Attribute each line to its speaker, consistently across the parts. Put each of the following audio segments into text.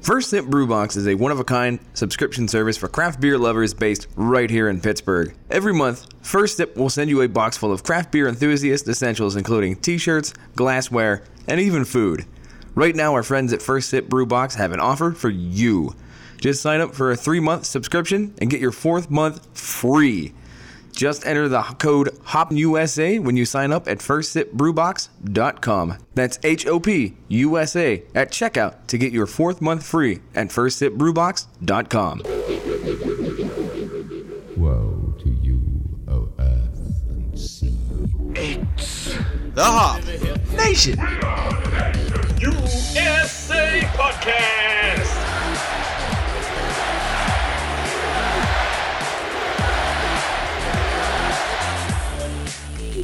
Speaker 1: First Sip Brew Box is a one of a kind subscription service for craft beer lovers based right here in Pittsburgh. Every month, First Sip will send you a box full of craft beer enthusiast essentials, including t shirts, glassware, and even food. Right now, our friends at First Sip Brew Box have an offer for you. Just sign up for a three month subscription and get your fourth month free. Just enter the code HOPUSA when you sign up at firstsipbrewbox.com. That's H O P U S A at checkout to get your fourth month free at firstsipbrewbox.com.
Speaker 2: Woe to you, O earth and sea.
Speaker 3: The Hop Nation.
Speaker 4: USA Podcast.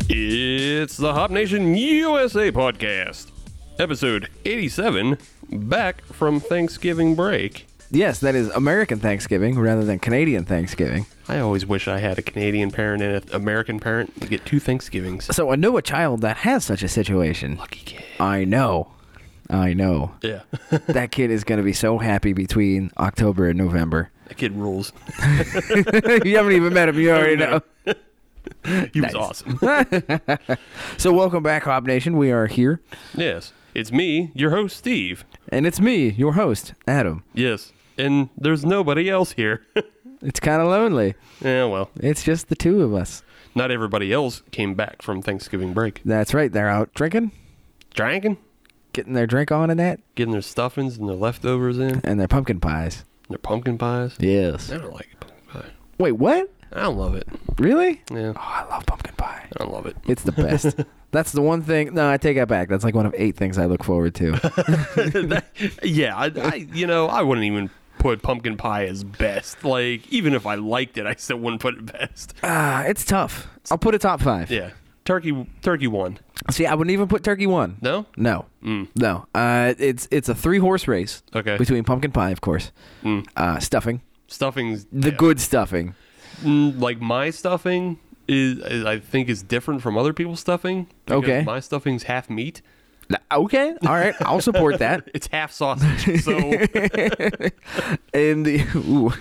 Speaker 5: It's the Hop Nation USA podcast, episode 87, back from Thanksgiving break.
Speaker 1: Yes, that is American Thanksgiving rather than Canadian Thanksgiving.
Speaker 5: I always wish I had a Canadian parent and an American parent to get two Thanksgivings.
Speaker 1: So I know a child that has such a situation.
Speaker 5: Lucky kid.
Speaker 1: I know. I know.
Speaker 5: Yeah,
Speaker 1: that kid is going to be so happy between October and November.
Speaker 5: that kid rules.
Speaker 1: you haven't even met him. You already know.
Speaker 5: He was awesome.
Speaker 1: So welcome back, Hop Nation. We are here.
Speaker 5: yes, it's me, your host, Steve.
Speaker 1: And it's me, your host, Adam.
Speaker 5: Yes, and there's nobody else here.
Speaker 1: It's kind of lonely.
Speaker 5: yeah, well,
Speaker 1: It's just the two of us.
Speaker 5: not everybody else came back from Thanksgiving break.
Speaker 1: That's right. They're out drinking,
Speaker 5: Drinking,
Speaker 1: getting their drink on and that,
Speaker 5: getting their stuffings and their leftovers in, and
Speaker 1: and their pumpkin pies.
Speaker 5: their pumpkin pies.
Speaker 1: Yes.
Speaker 5: I don't like pumpkin pie.
Speaker 1: Wait, what?
Speaker 5: I don't love it.
Speaker 1: Really?
Speaker 5: Yeah,
Speaker 1: Oh, I love pumpkin pie.
Speaker 5: I don't love it.
Speaker 1: It's the best. That's the one thing. No, I take that back. That's like one of eight things I look forward to.
Speaker 5: yeah, I, I you know I wouldn't even put pumpkin pie as best. Like even if I liked it, I still wouldn't put it best.
Speaker 1: Ah, it's tough. I'll put a top five.
Speaker 5: Yeah, turkey turkey one.
Speaker 1: See, I wouldn't even put turkey one.
Speaker 5: No, Mm.
Speaker 1: No, no. Uh, it's it's a three horse race.
Speaker 5: Okay. Mm.
Speaker 1: Between pumpkin pie, of course, uh, stuffing,
Speaker 5: stuffing's
Speaker 1: the
Speaker 5: yeah.
Speaker 1: good stuffing.
Speaker 5: Mm, like my stuffing is, is I think is different from other people's stuffing. because
Speaker 1: Okay.
Speaker 5: my stuffing's half meat.
Speaker 1: N- Okay, all right, I'll support that.
Speaker 5: It's half sausage. So
Speaker 1: And the ooh,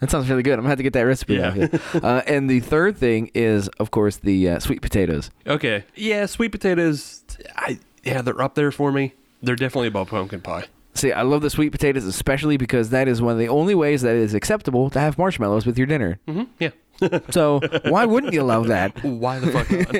Speaker 1: that sounds really good. I'm gonna have to get that recipe.
Speaker 5: Yeah.
Speaker 1: after. Uh, and the third thing is, of course, the uh, sweet potatoes.
Speaker 5: okay, yeah, sweet potatoes. I yeah, they're up there for me. They're definitely above pumpkin pie.
Speaker 1: See, I love the sweet potatoes especially because that is one of the only ways that it is acceptable to have marshmallows with your dinner.
Speaker 5: hmm Yeah.
Speaker 1: So why wouldn't you love that?
Speaker 5: Why the fuck not?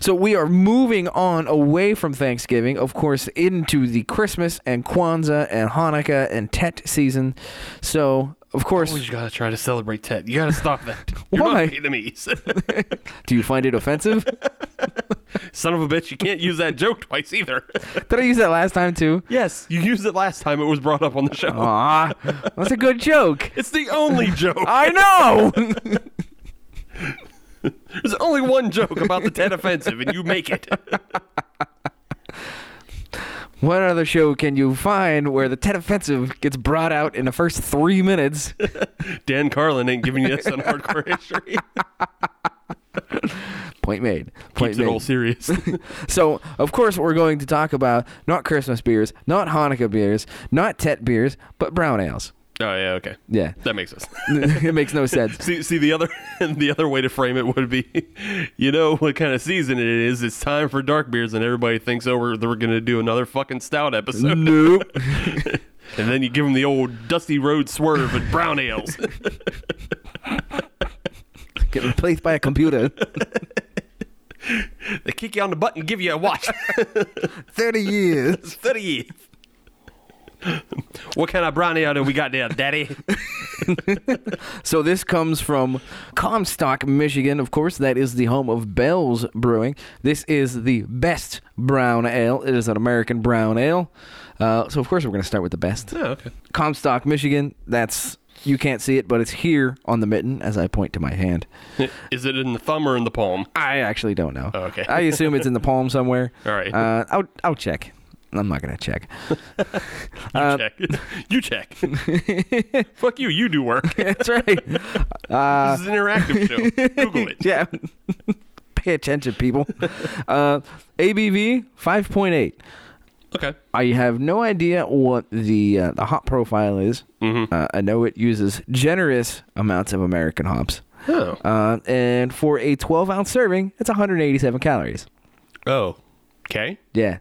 Speaker 1: So we are moving on away from Thanksgiving, of course, into the Christmas and Kwanzaa and Hanukkah and Tet season. So, of course,
Speaker 5: Always gotta try to celebrate Tet. You gotta stop that. You're
Speaker 1: Why?
Speaker 5: not Vietnamese.
Speaker 1: do you find it offensive?
Speaker 5: Son of a bitch, you can't use that joke twice either.
Speaker 1: Did I use that last time too?
Speaker 5: yes, you used it last time it was brought up on the show.
Speaker 1: Aw, that's a good joke.
Speaker 5: It's the only joke.
Speaker 1: I know.
Speaker 5: There's only one joke about the Tet offensive, and you make it.
Speaker 1: what other show can you find where the Tet offensive gets brought out in the first three minutes?
Speaker 5: Dan Carlin ain't giving you this on hardcore history.
Speaker 1: Point made. Point
Speaker 5: Keeps it
Speaker 1: made.
Speaker 5: all serious.
Speaker 1: So, of course, we're going to talk about not Christmas beers, not Hanukkah beers, not Tet beers, but brown ales.
Speaker 5: Oh yeah, okay.
Speaker 1: Yeah.
Speaker 5: That makes sense.
Speaker 1: it makes no sense.
Speaker 5: See, see the other the other way to frame it would be, you know what kind of season it is. It's time for dark beers, and everybody thinks, oh, we're, we're gonna do another fucking stout episode.
Speaker 1: Nope.
Speaker 5: And then you give them the old dusty road swerve and brown ales.
Speaker 1: Get replaced by a computer.
Speaker 5: they kick you on the butt and give you a watch.
Speaker 1: 30 years.
Speaker 5: Thirty. What kind of brown ale do we got there, Daddy?
Speaker 1: So this comes from Comstock, Michigan. Of course, that is the home of Bell's Brewing. This is the best brown ale. It is an American brown ale. Uh, so, of course, we're going to start with the best.
Speaker 5: okay.
Speaker 1: Comstock, Michigan. That's, you can't see it, but it's here on the mitten as I point to my hand.
Speaker 5: Is it in the thumb or in the palm?
Speaker 1: I actually don't know.
Speaker 5: Oh, okay.
Speaker 1: I assume it's in the palm somewhere.
Speaker 5: All right.
Speaker 1: Uh, I'll, I'll check. I'm not going to check. Uh,
Speaker 5: check. You check. Fuck you. You do work.
Speaker 1: That's right. Uh,
Speaker 5: this is an interactive show. Google it.
Speaker 1: yeah. Pay attention, people. Uh, ABV 5.8.
Speaker 5: Okay.
Speaker 1: I have no idea what the uh, the hop profile is. Uh, I know it uses generous amounts of American hops.
Speaker 5: Oh.
Speaker 1: Uh, and for a 12 ounce serving, it's 187 calories.
Speaker 5: oh. Okay.
Speaker 1: Yeah.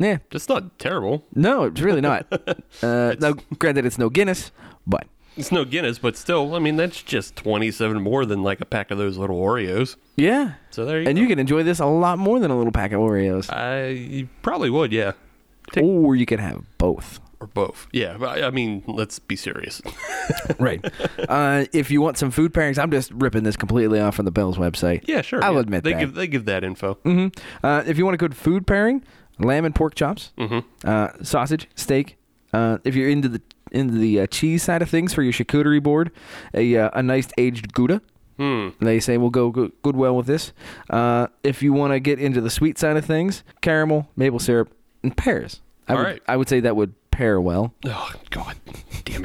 Speaker 1: Yeah.
Speaker 5: That's not terrible.
Speaker 1: No, it's really not. uh, now, granted, it's no Guinness, but
Speaker 5: It's no Guinness, but still, I mean, that's just 27 more than like a pack of those little Oreos.
Speaker 1: yeah.
Speaker 5: So there you
Speaker 1: and
Speaker 5: go.
Speaker 1: you can enjoy this a lot more than a little pack of Oreos,
Speaker 5: I you probably would, yeah. take-
Speaker 1: or you can have both.
Speaker 5: Or both. Yeah. but I I mean, let's be serious.
Speaker 1: Right. uh, if you want some food pairings, I'm just ripping this completely off from the Bell's website.
Speaker 5: yeah, sure.
Speaker 1: I'll
Speaker 5: yeah.
Speaker 1: admit
Speaker 5: they
Speaker 1: that.
Speaker 5: Give, they give that info.
Speaker 1: Uh, if you want a good food pairing, lamb and pork chops,
Speaker 5: Mm-hmm.
Speaker 1: uh, sausage, steak. Uh, if you're into the into the uh, cheese side of things for your charcuterie board, a uh, a nice aged Gouda.
Speaker 5: Hmm.
Speaker 1: They say will go good, good well with this. Uh, if you want to get into the sweet side of things, caramel, maple syrup, and pears. I
Speaker 5: All
Speaker 1: would,
Speaker 5: right.
Speaker 1: I would say that would pair well.
Speaker 5: Oh, God. Damn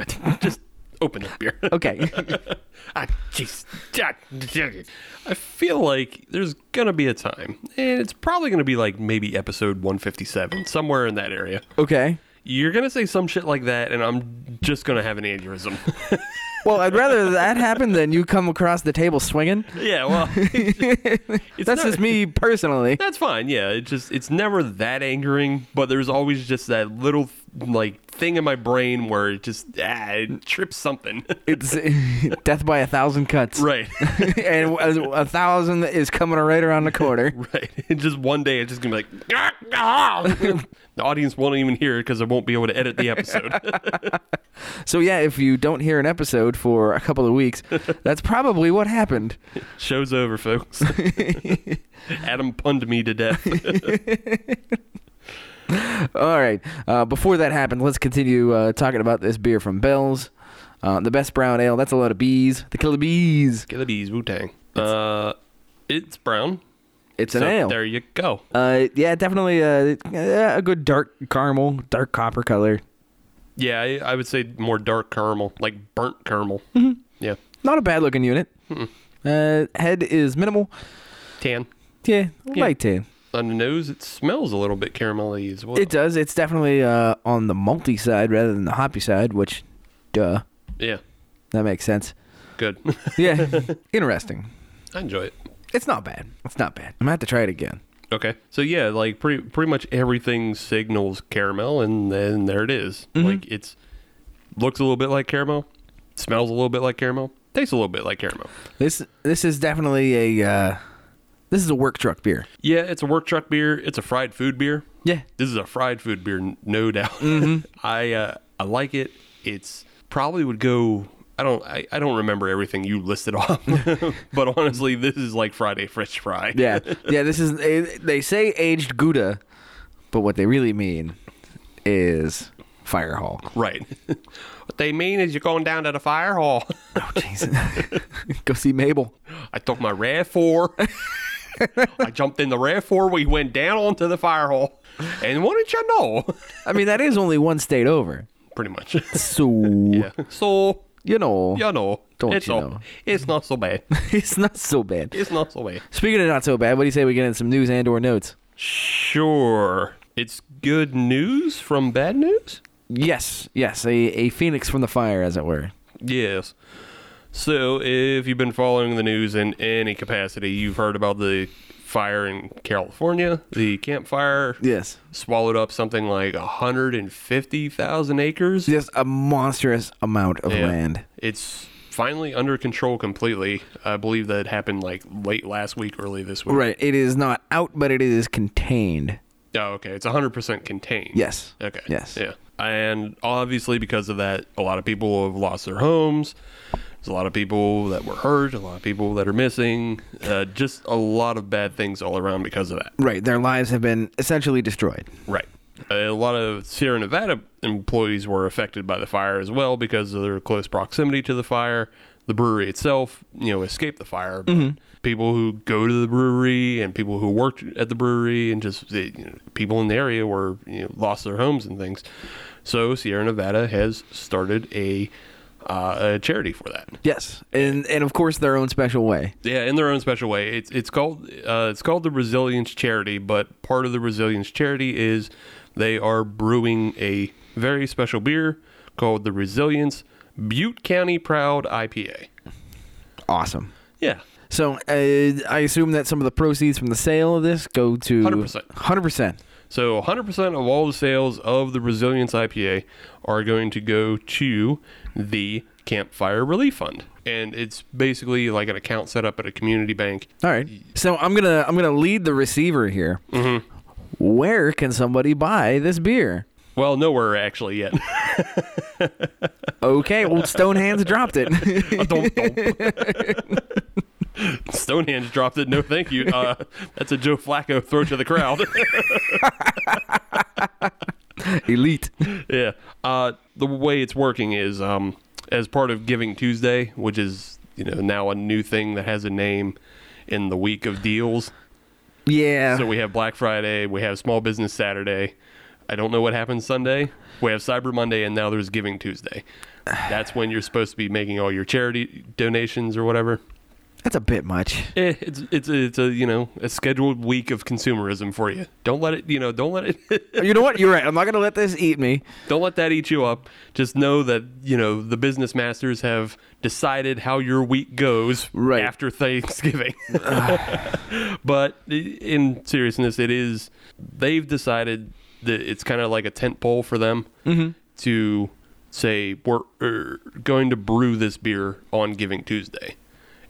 Speaker 5: it. Just open that beer.
Speaker 1: Okay.
Speaker 5: Ah, jeez. Ah, jeez. I feel like there's going to be a time, and it's probably going to be like maybe episode 157, somewhere in that area.
Speaker 1: okay.
Speaker 5: You're going to say some shit like that, and I'm just going to have an aneurysm.
Speaker 1: Well, I'd rather that happen than you come across the table swinging.
Speaker 5: yeah, well, it's
Speaker 1: That's
Speaker 5: not-
Speaker 1: just me personally.
Speaker 5: That's fine. Yeah, it just it's never that angering, but there's always just that little like thing in my brain where it just ah, it trips something.
Speaker 1: It's death by a thousand cuts.
Speaker 5: right.
Speaker 1: and a, a thousand is coming right around the corner.
Speaker 5: Right. And just one day it's just gonna be like "Ah, ah." the audience won't even hear it because I won't be able to edit the episode.
Speaker 1: So yeah, if you don't hear an episode for a couple of weeks, that's probably what happened.
Speaker 5: Show's over, folks. Adam punned me to death.
Speaker 1: All right. Uh, before that happened, let's continue uh, talking about this beer from Bell's. Uh, the best brown ale. That's a lot of bees. The killer bees.
Speaker 5: Get the bees, Wu Tang. Uh, it's brown.
Speaker 1: It's an
Speaker 5: So
Speaker 1: ale.
Speaker 5: there you go.
Speaker 1: Uh, yeah, definitely a, a good dark caramel, dark copper color.
Speaker 5: Yeah, I, I would say more dark caramel, like burnt caramel.
Speaker 1: Mm-hmm.
Speaker 5: Yeah,
Speaker 1: Not a bad looking unit.
Speaker 5: Hmm.
Speaker 1: Uh, head is minimal.
Speaker 5: tan.
Speaker 1: Yeah, light tan.
Speaker 5: On the nose, it smells a little bit caramelly as well.
Speaker 1: It does. It's definitely uh, on the malty side rather than the hoppy side, which, duh,
Speaker 5: Yeah,
Speaker 1: that makes sense.
Speaker 5: good.
Speaker 1: Yeah, interesting.
Speaker 5: I enjoy it.
Speaker 1: It's not bad. It's not bad. I'm gonna have to try it again.
Speaker 5: Okay. So yeah, like pretty pretty much everything signals caramel, and then there it is.
Speaker 1: Mm-hmm.
Speaker 5: Like it's looks a little bit like caramel, smells a little bit like caramel, tastes a little bit like caramel.
Speaker 1: This this is definitely a uh, this is a work truck beer.
Speaker 5: Yeah, it's a work truck beer. It's a fried food beer.
Speaker 1: Yeah. Mm-hmm.
Speaker 5: This is a fried food beer, n- no doubt. I uh, I like it. It's probably would go. I don't. I, I don't remember everything you listed off, but honestly, this is like Friday Fresh Fry.
Speaker 1: Yeah, yeah. This is eh, they say aged Gouda, but what they really mean is fire hall.
Speaker 5: Right. what they mean is you're going down to the fire hall.
Speaker 1: Oh jeez. Go see Mabel.
Speaker 5: I took my Rav 4. I jumped in the Rav 4. We went down onto the fire hall. And what did you know?
Speaker 1: I mean, that is only one state over.
Speaker 5: Pretty much.
Speaker 1: So
Speaker 5: So,
Speaker 1: you know,
Speaker 5: you know.
Speaker 1: Don't
Speaker 5: it's,
Speaker 1: you
Speaker 5: all-
Speaker 1: know.
Speaker 5: it's not so bad.
Speaker 1: it's not so bad.
Speaker 5: It's not so bad.
Speaker 1: Speaking of not so bad, what do you say we get in some news and or notes?
Speaker 5: Sure. It's good news from bad news?
Speaker 1: Yes, yes, a, a phoenix from the fire, as it were.
Speaker 5: Yes. So, if you've been following the news in any capacity, you've heard about the fire in California, the campfire.
Speaker 1: Yes.
Speaker 5: Swallowed up something like 150,000 acres.
Speaker 1: Just a monstrous amount of
Speaker 5: Yeah.
Speaker 1: land.
Speaker 5: It's finally under control completely. I believe that happened like late last week, early this week.
Speaker 1: Right. It is not out, but it is contained.
Speaker 5: Oh, okay. It's 100% contained.
Speaker 1: Yes.
Speaker 5: Okay.
Speaker 1: Yes.
Speaker 5: Yeah. And obviously, because of that, a lot of people have lost their homes. There's a lot of people that were hurt, a lot of people that are missing. Uh, just a lot of bad things all around because of that.
Speaker 1: Right. Their lives have been essentially destroyed.
Speaker 5: Right. A lot of Sierra Nevada employees were affected by the fire as well because of their close proximity to the fire. The brewery itself, you know, escaped the fire. But People who go to the brewery and people who worked at the brewery and just the you know, people in the area were you know, lost their homes and things. So Sierra Nevada has started a uh, a charity for that.
Speaker 1: Yes. And and of course their own special way.
Speaker 5: Yeah, in their own special way. It's it's called uh, it's called the Resilience Charity, but part of the Resilience Charity is They are brewing a very special beer called the Resilience Butte County Proud IPA.
Speaker 1: Awesome.
Speaker 5: Yeah.
Speaker 1: So uh, I assume that some of the proceeds from the sale of this go to
Speaker 5: 100%.
Speaker 1: 100%.
Speaker 5: So 100% of all the sales of the Resilience IPA are going to go to the Campfire Relief Fund. And it's basically like an account set up at a community bank.
Speaker 1: All right. So I'm gonna I'm gonna lead the receiver here. Where can somebody buy this beer?
Speaker 5: Well, nowhere actually yet.
Speaker 1: Okay, old Stone Hands dropped it.
Speaker 5: Thump, thump. Stonehenge dropped it. No, thank you. Uh, that's a Joe Flacco throw to the crowd.
Speaker 1: Elite.
Speaker 5: yeah. Uh, the way it's working is um, as part of Giving Tuesday, which is you know now a new thing that has a name in the week of deals.
Speaker 1: Yeah.
Speaker 5: So we have Black Friday, we have Small Business Saturday. I don't know what happens Sunday. We have Cyber Monday, and now there's Giving Tuesday. That's when you're supposed to be making all your charity donations or whatever.
Speaker 1: That's a bit much.
Speaker 5: Eh, it's it's it's a you know a scheduled week of consumerism for you. Don't let it you know don't let it
Speaker 1: You know what? You're right. I'm not gonna let this eat me.
Speaker 5: don't let that eat you up. Just know that you know the business masters have decided how your week goes
Speaker 1: Right.
Speaker 5: after Thanksgiving. but i- in seriousness, it is they've decided that it's kind of like a tent pole for them to say we're er, going to brew this beer on Giving Tuesday.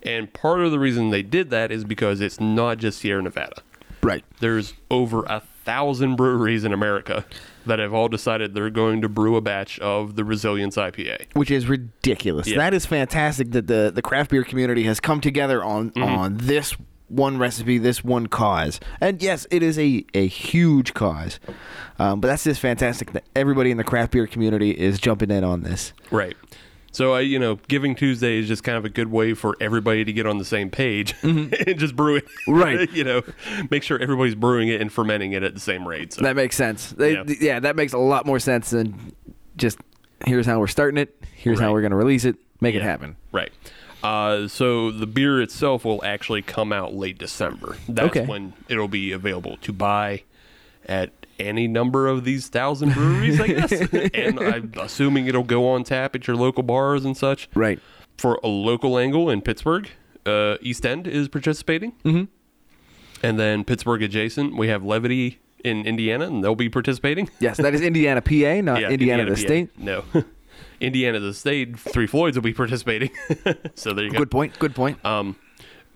Speaker 5: And part of the reason they did that is because it's not just Sierra Nevada
Speaker 1: Right.
Speaker 5: there's over a thousand breweries in America that have all decided they're going to brew a batch of the Resilience IPA.
Speaker 1: Which is ridiculous.
Speaker 5: Yeah.
Speaker 1: That is fantastic that the, the craft beer community has come together on on this one recipe, this one cause. And yes, it is a, a huge cause. Um, but that's just fantastic that everybody in the craft beer community is jumping in on this.
Speaker 5: Right. So I, you know, Giving Tuesday is just kind of a good way for everybody to get on the same page and just brew it.
Speaker 1: Mm-hmm. Right.
Speaker 5: you know, make sure everybody's brewing it and fermenting it at the same rate. So.
Speaker 1: That makes sense. They, yeah.
Speaker 5: Yeah.
Speaker 1: that makes a lot more sense than just here's how we're starting it, here's how
Speaker 5: Right.
Speaker 1: we're going to release it, make it
Speaker 5: Yeah.
Speaker 1: happen.
Speaker 5: Right. Uh, so the beer itself will actually come out late December. That's
Speaker 1: Okay.
Speaker 5: when it'll be available to buy at any number of these thousand breweries, I guess. and I'm assuming it'll go on tap at your local bars and such.
Speaker 1: Right.
Speaker 5: For a local angle in Pittsburgh, uh, East End is participating. Mm-hmm. And then Pittsburgh adjacent, we have Levity in Indiana, and they'll be participating.
Speaker 1: Yes, that is Indiana, PA, not
Speaker 5: Yeah,
Speaker 1: Uh, Indiana, the
Speaker 5: PA.
Speaker 1: state.
Speaker 5: No. Indiana the state, Three Floyds will be participating. so there you go.
Speaker 1: Good point. Good point.
Speaker 5: Um,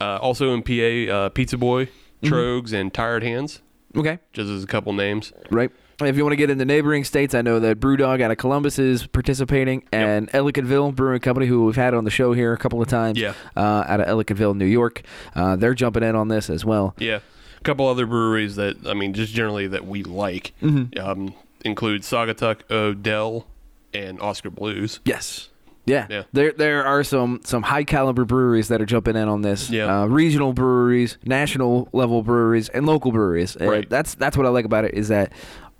Speaker 5: uh, also in PA, uh, Pizza Boy,
Speaker 1: Mm-hmm.
Speaker 5: Trogs, and Tired Hands,
Speaker 1: okay.
Speaker 5: just as a couple names.
Speaker 1: Right. If you want to get into neighboring states, I know that Brewdog out of Columbus is participating, and Ellicottville Brewing Company, who we've had on the show here a couple of times,
Speaker 5: Yeah.
Speaker 1: uh, out of Ellicottville, New York, uh, they're jumping in on this as well.
Speaker 5: Yeah, a couple other breweries that I mean, just generally that we like
Speaker 1: Mm-hmm.
Speaker 5: um, include Sagatuck, Odell, and Oscar Blues.
Speaker 1: Yes. Yeah.
Speaker 5: Yeah.
Speaker 1: There there are some some high caliber breweries that are jumping in on this.
Speaker 5: Yeah.
Speaker 1: Uh, regional breweries, national level breweries, and local breweries. And
Speaker 5: Right.
Speaker 1: That's that's what I like about it is that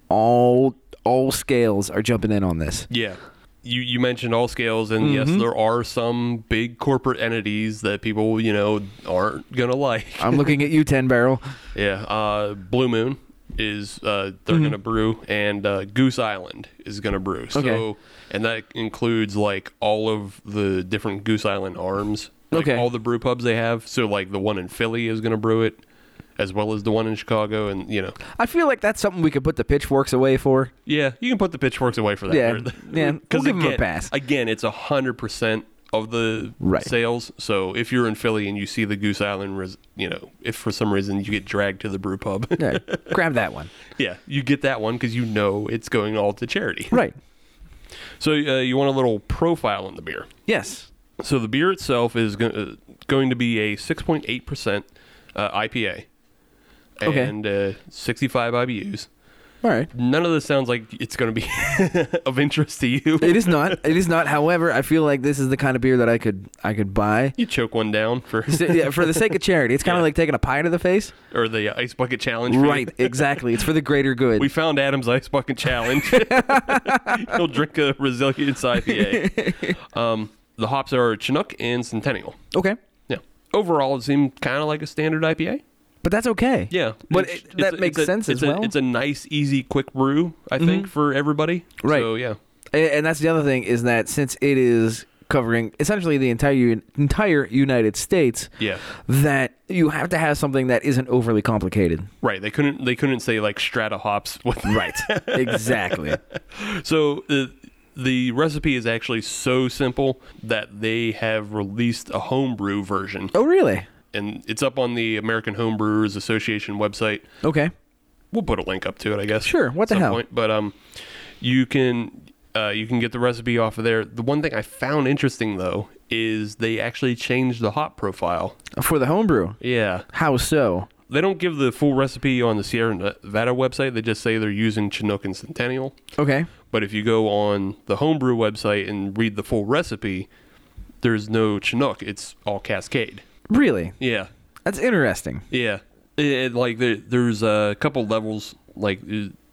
Speaker 1: all all scales are jumping in on this.
Speaker 5: Yeah. You, you mentioned all scales, and yes,
Speaker 1: Mm-hmm.
Speaker 5: there are some big corporate entities that people, you know, aren't going to like.
Speaker 1: I'm looking at you, Ten Barrel.
Speaker 5: Yeah, uh, Blue Moon is uh, they're
Speaker 1: Mm-hmm.
Speaker 5: gonna brew, and uh, Goose Island is gonna brew. So,
Speaker 1: Okay.
Speaker 5: and that includes like all of the different Goose Island arms, like,
Speaker 1: Okay.
Speaker 5: all the brew pubs they have. So, like the one in Philly is gonna brew it, as well as the one in Chicago, and you know,
Speaker 1: I feel like that's something we could put the pitchforks away for.
Speaker 5: yeah, you can put the pitchforks away for that.
Speaker 1: Yeah,
Speaker 5: They're-
Speaker 1: yeah, we'll
Speaker 5: 'cause
Speaker 1: give 'em a
Speaker 5: again,
Speaker 1: pass.
Speaker 5: Again, it's a hundred percent of the
Speaker 1: Right.
Speaker 5: sales. So if you're in Philly and you see the Goose Island, res- you know, if for some reason you get dragged to the brew pub,
Speaker 1: Yeah, grab that one.
Speaker 5: Yeah, you get that one because you know it's going all to charity.
Speaker 1: Right.
Speaker 5: So uh, you want a little profile in the beer.
Speaker 1: Yes.
Speaker 5: So the beer itself is go- uh, going to be a 6.8% uh, IPA
Speaker 1: Okay.
Speaker 5: and uh, 65 IBUs.
Speaker 1: All right.
Speaker 5: None of this sounds like it's going to be of interest to you.
Speaker 1: It is not. It is not. However, I feel like this is the kind of beer that I could I could buy.
Speaker 5: You choke one down for
Speaker 1: So, yeah, for the sake of charity, it's kind of
Speaker 5: Yeah.
Speaker 1: like taking a pie to the face.
Speaker 5: or the ice bucket challenge. for you.
Speaker 1: Right. Exactly. It's for the greater good.
Speaker 5: We found Adam's ice bucket challenge. He'll drink a resilience IPA. Um, the hops are Chinook and Centennial.
Speaker 1: okay.
Speaker 5: Yeah. Overall, it seemed kind of like a standard IPA.
Speaker 1: But that's okay.
Speaker 5: Yeah,
Speaker 1: But
Speaker 5: It's-
Speaker 1: it-
Speaker 5: it's
Speaker 1: that
Speaker 5: a-
Speaker 1: makes
Speaker 5: it's a-
Speaker 1: sense
Speaker 5: it's
Speaker 1: as
Speaker 5: a,
Speaker 1: well.
Speaker 5: It's a nice, easy, quick brew, I think, for everybody.
Speaker 1: Right.
Speaker 5: So yeah,
Speaker 1: And, and that's the other thing is that since it is covering essentially the entire un- entire United States,
Speaker 5: Yeah.
Speaker 1: that you have to have something that isn't overly complicated.
Speaker 5: right. They couldn't. They couldn't say like strata hops. With
Speaker 1: Right. exactly.
Speaker 5: So the the recipe is actually so simple that they have released a homebrew version,
Speaker 1: Oh, really?
Speaker 5: and it's up on the American Homebrewers Association website.
Speaker 1: Okay.
Speaker 5: We'll put a link up to it, I guess.
Speaker 1: Sure, what the
Speaker 5: at some
Speaker 1: hell?
Speaker 5: But um, you can uh, you can get the recipe off of there. The one thing I found interesting though is they actually changed the hop profile.
Speaker 1: For the homebrew.
Speaker 5: Yeah,
Speaker 1: How so?
Speaker 5: they don't give the full recipe on the Sierra Nevada website. They just say they're using Chinook and Centennial.
Speaker 1: Okay.
Speaker 5: But if you go on the homebrew website and read the full recipe, there's no Chinook. It's all Cascade.
Speaker 1: Really?
Speaker 5: Yeah,
Speaker 1: That's interesting.
Speaker 5: yeah. It, it- like there, there's a couple levels. Like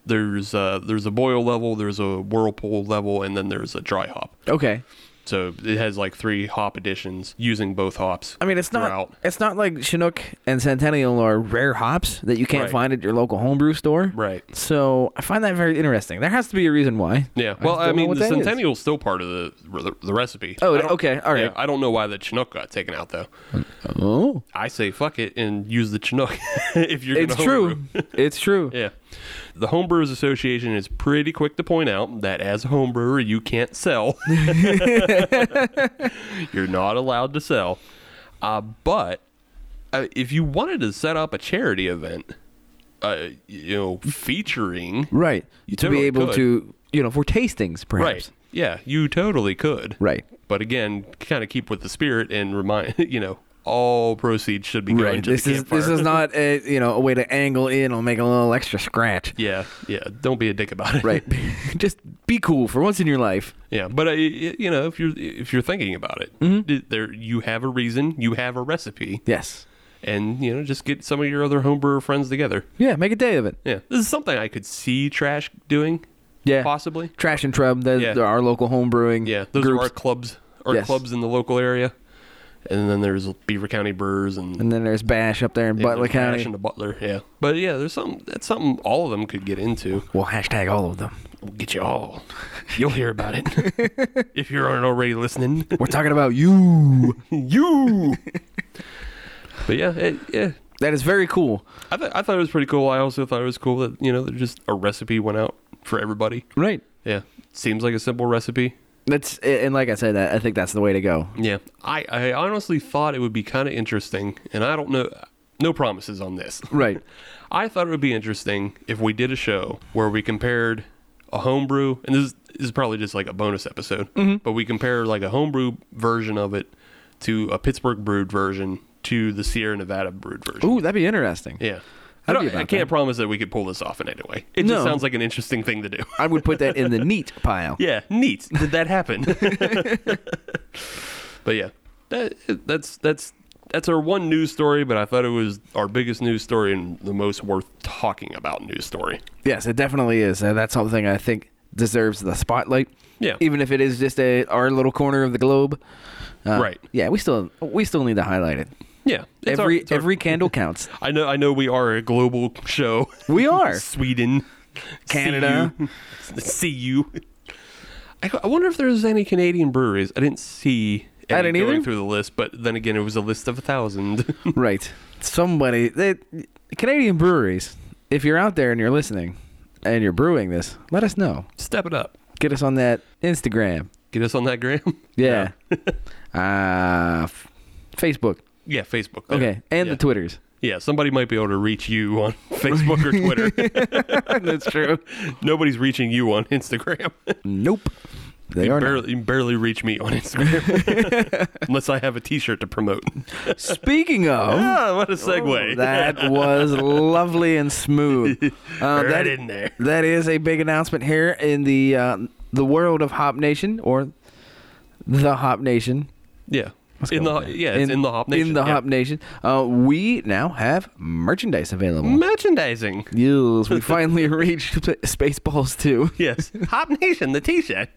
Speaker 5: there's uh there's a boil level, there's a whirlpool level, and then there's a dry hop.
Speaker 1: Okay.
Speaker 5: So it has like three hop additions using both hops.
Speaker 1: I mean, it's not
Speaker 5: throughout.
Speaker 1: it's not like Chinook and Centennial are rare hops that you can't
Speaker 5: Right.
Speaker 1: find at your local homebrew store.
Speaker 5: Right.
Speaker 1: So I find that very interesting. There has to be a reason why.
Speaker 5: Yeah.
Speaker 1: just
Speaker 5: Well, I,
Speaker 1: don't know
Speaker 5: mean,
Speaker 1: what
Speaker 5: the
Speaker 1: that is.
Speaker 5: Centennial's still part of the the, the recipe.
Speaker 1: Oh,
Speaker 5: I don't-
Speaker 1: okay, all
Speaker 5: yeah,
Speaker 1: right.
Speaker 5: I don't know why the Chinook got taken out though.
Speaker 1: Oh,
Speaker 5: I say fuck it and use the Chinook if you're.
Speaker 1: it's
Speaker 5: gonna
Speaker 1: true.
Speaker 5: homebrew.
Speaker 1: it's true.
Speaker 5: yeah. The Homebrewers Association is pretty quick to point out that as a homebrewer, you can't sell. you're not allowed to sell. Uh, but uh, if you wanted to set up a charity event, uh, you know, featuring
Speaker 1: Right.
Speaker 5: You
Speaker 1: to
Speaker 5: totally
Speaker 1: be able
Speaker 5: could.
Speaker 1: to, you know, for tastings, perhaps.
Speaker 5: Right. Yeah, you totally could.
Speaker 1: Right.
Speaker 5: But again, kind of keep with the spirit and remind you know all proceeds should be going to
Speaker 1: This
Speaker 5: the
Speaker 1: is
Speaker 5: campfire.
Speaker 1: this is not a you know a way to angle in or make a little extra scratch.
Speaker 5: yeah, yeah. Don't be a dick about it.
Speaker 1: Right. Just be cool for once in your life.
Speaker 5: Yeah, but uh, y- you know if you're if you're thinking about it,
Speaker 1: Mm-hmm.
Speaker 5: d- there you have a reason, you have a recipe,
Speaker 1: Yes.
Speaker 5: and you know just get some of your other homebrewer friends together.
Speaker 1: Yeah. Make a day of it.
Speaker 5: Yeah, this is something I could see trash doing.
Speaker 1: Yeah.
Speaker 5: possibly.
Speaker 1: Trash and Trub, they're,
Speaker 5: Yeah.
Speaker 1: they're our local home brewing
Speaker 5: Yeah, those
Speaker 1: groups.
Speaker 5: are our clubs, our
Speaker 1: Yes.
Speaker 5: clubs in the local area, and then there's Beaver County Brewers and
Speaker 1: and then there's Bash up there in Butler
Speaker 5: there's Nash
Speaker 1: County.
Speaker 5: and the Butler, yeah. But yeah, there's something that's something all of them could get into.
Speaker 1: We'll hashtag all of them.
Speaker 5: We'll get you all. You'll hear about it if you aren't already listening.
Speaker 1: We're talking about you.
Speaker 5: you. but yeah, it, yeah.
Speaker 1: that is very cool.
Speaker 5: I, th- I thought it was pretty cool. I also thought it was cool that you know that just a recipe went out for everybody.
Speaker 1: Right.
Speaker 5: Yeah, seems like a simple recipe.
Speaker 1: That's and like I said, that I think that's the way to go.
Speaker 5: Yeah, I, I honestly thought it would be kind of interesting, and I don't know, no promises on this.
Speaker 1: Right.
Speaker 5: I thought it would be interesting if we did a show where we compared a homebrew, and this is, this is probably just like a bonus episode, but we compare like a homebrew version of it to a Pittsburgh brewed version to the Sierra Nevada brewed version.
Speaker 1: Ooh, that'd be interesting.
Speaker 5: Yeah. I,
Speaker 1: I'd be
Speaker 5: don't,
Speaker 1: about
Speaker 5: I can't
Speaker 1: that.
Speaker 5: promise that we could pull this off in any way. It
Speaker 1: No.
Speaker 5: just sounds like an interesting thing to do.
Speaker 1: I would put that in the neat pile.
Speaker 5: yeah, neat. Did that happen? but yeah, that, that's that's that's our one news story. But I thought it was our biggest news story and the most worth talking about news story.
Speaker 1: Yes, it definitely is. Uh, that's something I think deserves the spotlight.
Speaker 5: Yeah.
Speaker 1: Even if it is just a our little corner of the globe. Uh,
Speaker 5: Right.
Speaker 1: Yeah, we still we still need to highlight it.
Speaker 5: Yeah, it's our-
Speaker 1: every
Speaker 5: it's our-
Speaker 1: every candle counts.
Speaker 5: I know. I know. We are a global show.
Speaker 1: We are.
Speaker 5: Sweden,
Speaker 1: Canada.
Speaker 5: See you. I, I wonder if there's any Canadian breweries. I didn't see.
Speaker 1: I
Speaker 5: any
Speaker 1: didn't
Speaker 5: going
Speaker 1: either.
Speaker 5: through the list, but then again, it was a list of a thousand.
Speaker 1: Right. Somebody that Canadian breweries, if you're out there and you're listening and you're brewing this, let us know.
Speaker 5: Step it up.
Speaker 1: Get us on that Instagram.
Speaker 5: Get us on that gram.
Speaker 1: Yeah. uh f- Facebook.
Speaker 5: Yeah, Facebook. there.
Speaker 1: Okay. And
Speaker 5: Yeah.
Speaker 1: the Twitters.
Speaker 5: Yeah, somebody might be able to reach you on Facebook or Twitter.
Speaker 1: That's true.
Speaker 5: Nobody's reaching you on Instagram.
Speaker 1: Nope. They
Speaker 5: you,
Speaker 1: are
Speaker 5: barely, you barely reach me on Instagram unless I have a T-shirt to promote.
Speaker 1: not. Speaking of
Speaker 5: Ah, what a segue!
Speaker 1: Oh. that was lovely and smooth. Uh,
Speaker 5: right
Speaker 1: that-
Speaker 5: in there.
Speaker 1: That is a big announcement here in the uh, the world of Hop Nation or the Hop Nation.
Speaker 5: Yeah, in the yeah, it's in, the Hop Nation.
Speaker 1: In the
Speaker 5: yeah.
Speaker 1: Hop Nation. Uh, we now have merchandise available.
Speaker 5: merchandising.
Speaker 1: Yes, we finally reached Sp- Spaceballs 2.
Speaker 5: Yes, Hop Nation, the T-shirt.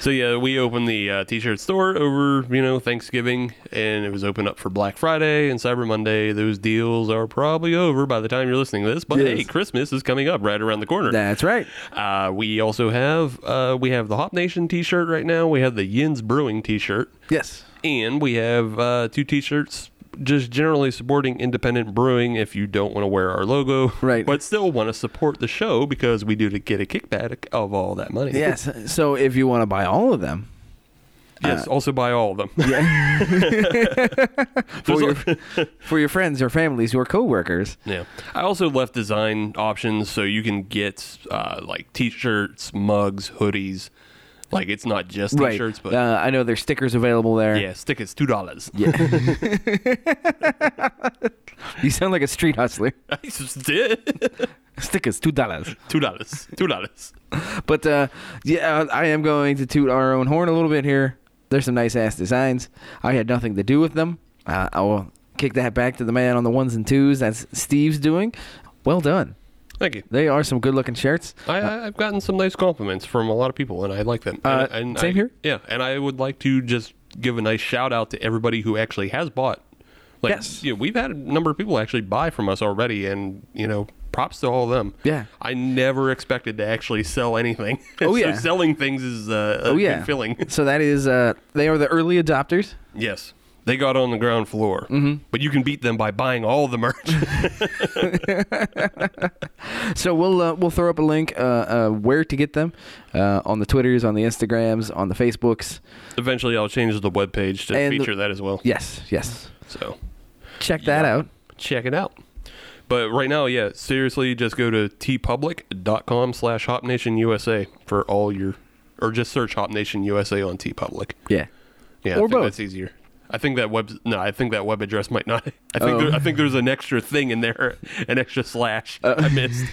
Speaker 5: So yeah, we opened the uh, t-shirt store over you know Thanksgiving, and it was open up for Black Friday and Cyber Monday. Those deals are probably over by the time you're listening to this. But
Speaker 1: Yes.
Speaker 5: hey, Christmas is coming up right around the corner.
Speaker 1: That's right.
Speaker 5: Uh, we also have uh, we have the Hop Nation T-shirt right now. We have the Yin's Brewing T-shirt,
Speaker 1: Yes.
Speaker 5: and we have uh, two T-shirts just generally supporting independent brewing. If you don't want to wear our logo,
Speaker 1: Right.
Speaker 5: but still want to support the show because we do to get a kickback of all that money.
Speaker 1: Yes. So if you want to buy all of them,
Speaker 5: yes. also buy all of them.
Speaker 1: for your, for your friends, your families, your coworkers.
Speaker 5: Yeah. I also left design options so you can get uh, like t-shirts, mugs, hoodies. Like it's not just t-shirts, but
Speaker 1: uh, I know there's stickers available there.
Speaker 5: yeah, stick is two dollars.
Speaker 1: You sound like a street hustler.
Speaker 5: I just did
Speaker 1: stickers, two dollars.
Speaker 5: two dollars, two dollars.
Speaker 1: But uh, yeah, uh, I am going to toot our own horn a little bit here. There's some nice ass designs. I had nothing to do with them. Uh, I will kick that back to the man on the ones and twos. That's Steve's doing. Well done.
Speaker 5: Thank you.
Speaker 1: They are some good looking shirts.
Speaker 5: I, I- I've gotten some nice compliments from a lot of people, and I like them.
Speaker 1: Uh,
Speaker 5: and, and
Speaker 1: same
Speaker 5: I-
Speaker 1: here.
Speaker 5: Yeah, and I would like to just give a nice shout out to everybody who actually has bought. Like,
Speaker 1: Yes.
Speaker 5: you know, we've had a number of people actually buy from us already, and you know, props to all of them.
Speaker 1: Yeah.
Speaker 5: I never expected to actually sell anything.
Speaker 1: Oh,
Speaker 5: So
Speaker 1: yeah.
Speaker 5: selling things is uh, a
Speaker 1: Oh
Speaker 5: good
Speaker 1: yeah,
Speaker 5: feeling.
Speaker 1: so that is uh, they are the early adopters.
Speaker 5: yes, they got on the ground floor, mm-hmm. but you can beat them by buying all the merch.
Speaker 1: So we'll uh, we'll throw up a link uh, uh, where to get them uh, on the Twitters, on the Instagrams, on the Facebooks.
Speaker 5: Eventually, I'll change the webpage to
Speaker 1: And the-
Speaker 5: feature that as well.
Speaker 1: Yes, yes.
Speaker 5: So
Speaker 1: Check that out.
Speaker 5: check it out. But right now, yeah, seriously, just go to tpublic.com slash Hop Nation USA for all your, or just search Hop Nation USA on tpublic.
Speaker 1: Yeah.
Speaker 5: Yeah, I
Speaker 1: Or
Speaker 5: think
Speaker 1: both.
Speaker 5: that's easier. I think that web no, I think that web address might not. I think
Speaker 1: Oh. Oh.
Speaker 5: there, I think there's an extra thing in there, an extra slash I missed,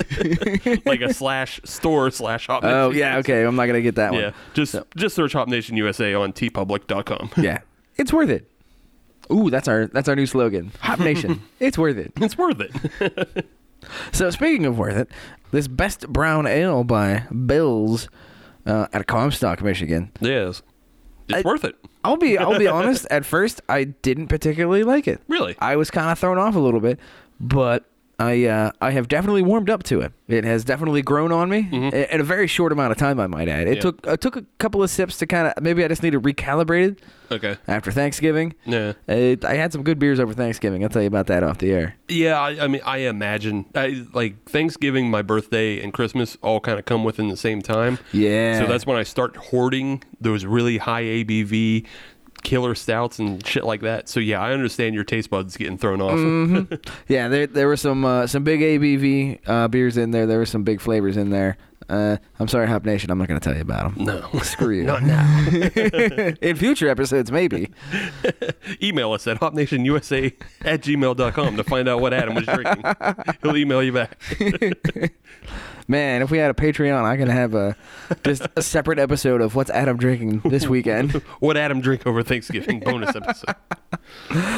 Speaker 5: like a slash store slash Hop Nation.
Speaker 1: Oh yeah. Okay. I'm not gonna get that one.
Speaker 5: Yeah, just just search Hop Nation USA on tpublic.com.
Speaker 1: Yeah. It's worth it. Ooh, that's our that's our new slogan. Hop Nation. it's worth it.
Speaker 5: it's worth it.
Speaker 1: So speaking of worth it, this best brown ale by Bills uh, at Comstock, Michigan.
Speaker 5: yes, it's
Speaker 1: I-
Speaker 5: worth it.
Speaker 1: I'll be I'll be honest. At first, I didn't particularly like it.
Speaker 5: Really?
Speaker 1: I was kind of thrown off a little bit, but I uh, I have definitely warmed up to it. It has definitely grown on me i- in a very short amount of time. I might add. It
Speaker 5: Mm-hmm. Yeah.
Speaker 1: took it took a couple of sips to kind of maybe I just need to recalibrate it
Speaker 5: Okay.
Speaker 1: after Thanksgiving.
Speaker 5: Yeah.
Speaker 1: It, I had some good beers over Thanksgiving. I'll tell you about that off the air.
Speaker 5: Yeah, I, I mean, I imagine I, like Thanksgiving, my birthday, and Christmas all kind of come within the same time.
Speaker 1: Yeah.
Speaker 5: So that's when I start hoarding those really high ABV killer stouts and shit like that. So yeah, I understand your taste buds getting thrown off.
Speaker 1: Mm. Mm-hmm. Yeah, there there were some uh, some big ABV uh, beers in there. There were some big flavors in there. Uh, I'm sorry, Hop Nation. I'm not going to tell you about them.
Speaker 5: No.
Speaker 1: Screw you. Not now. in future episodes, maybe.
Speaker 5: Email us at hopnationusa at gmail.com to find out what Adam was drinking. He'll email you back.
Speaker 1: Man, if we had a Patreon, I could have a just a separate episode of what's Adam drinking this weekend.
Speaker 5: What Adam drink over Thanksgiving bonus episode.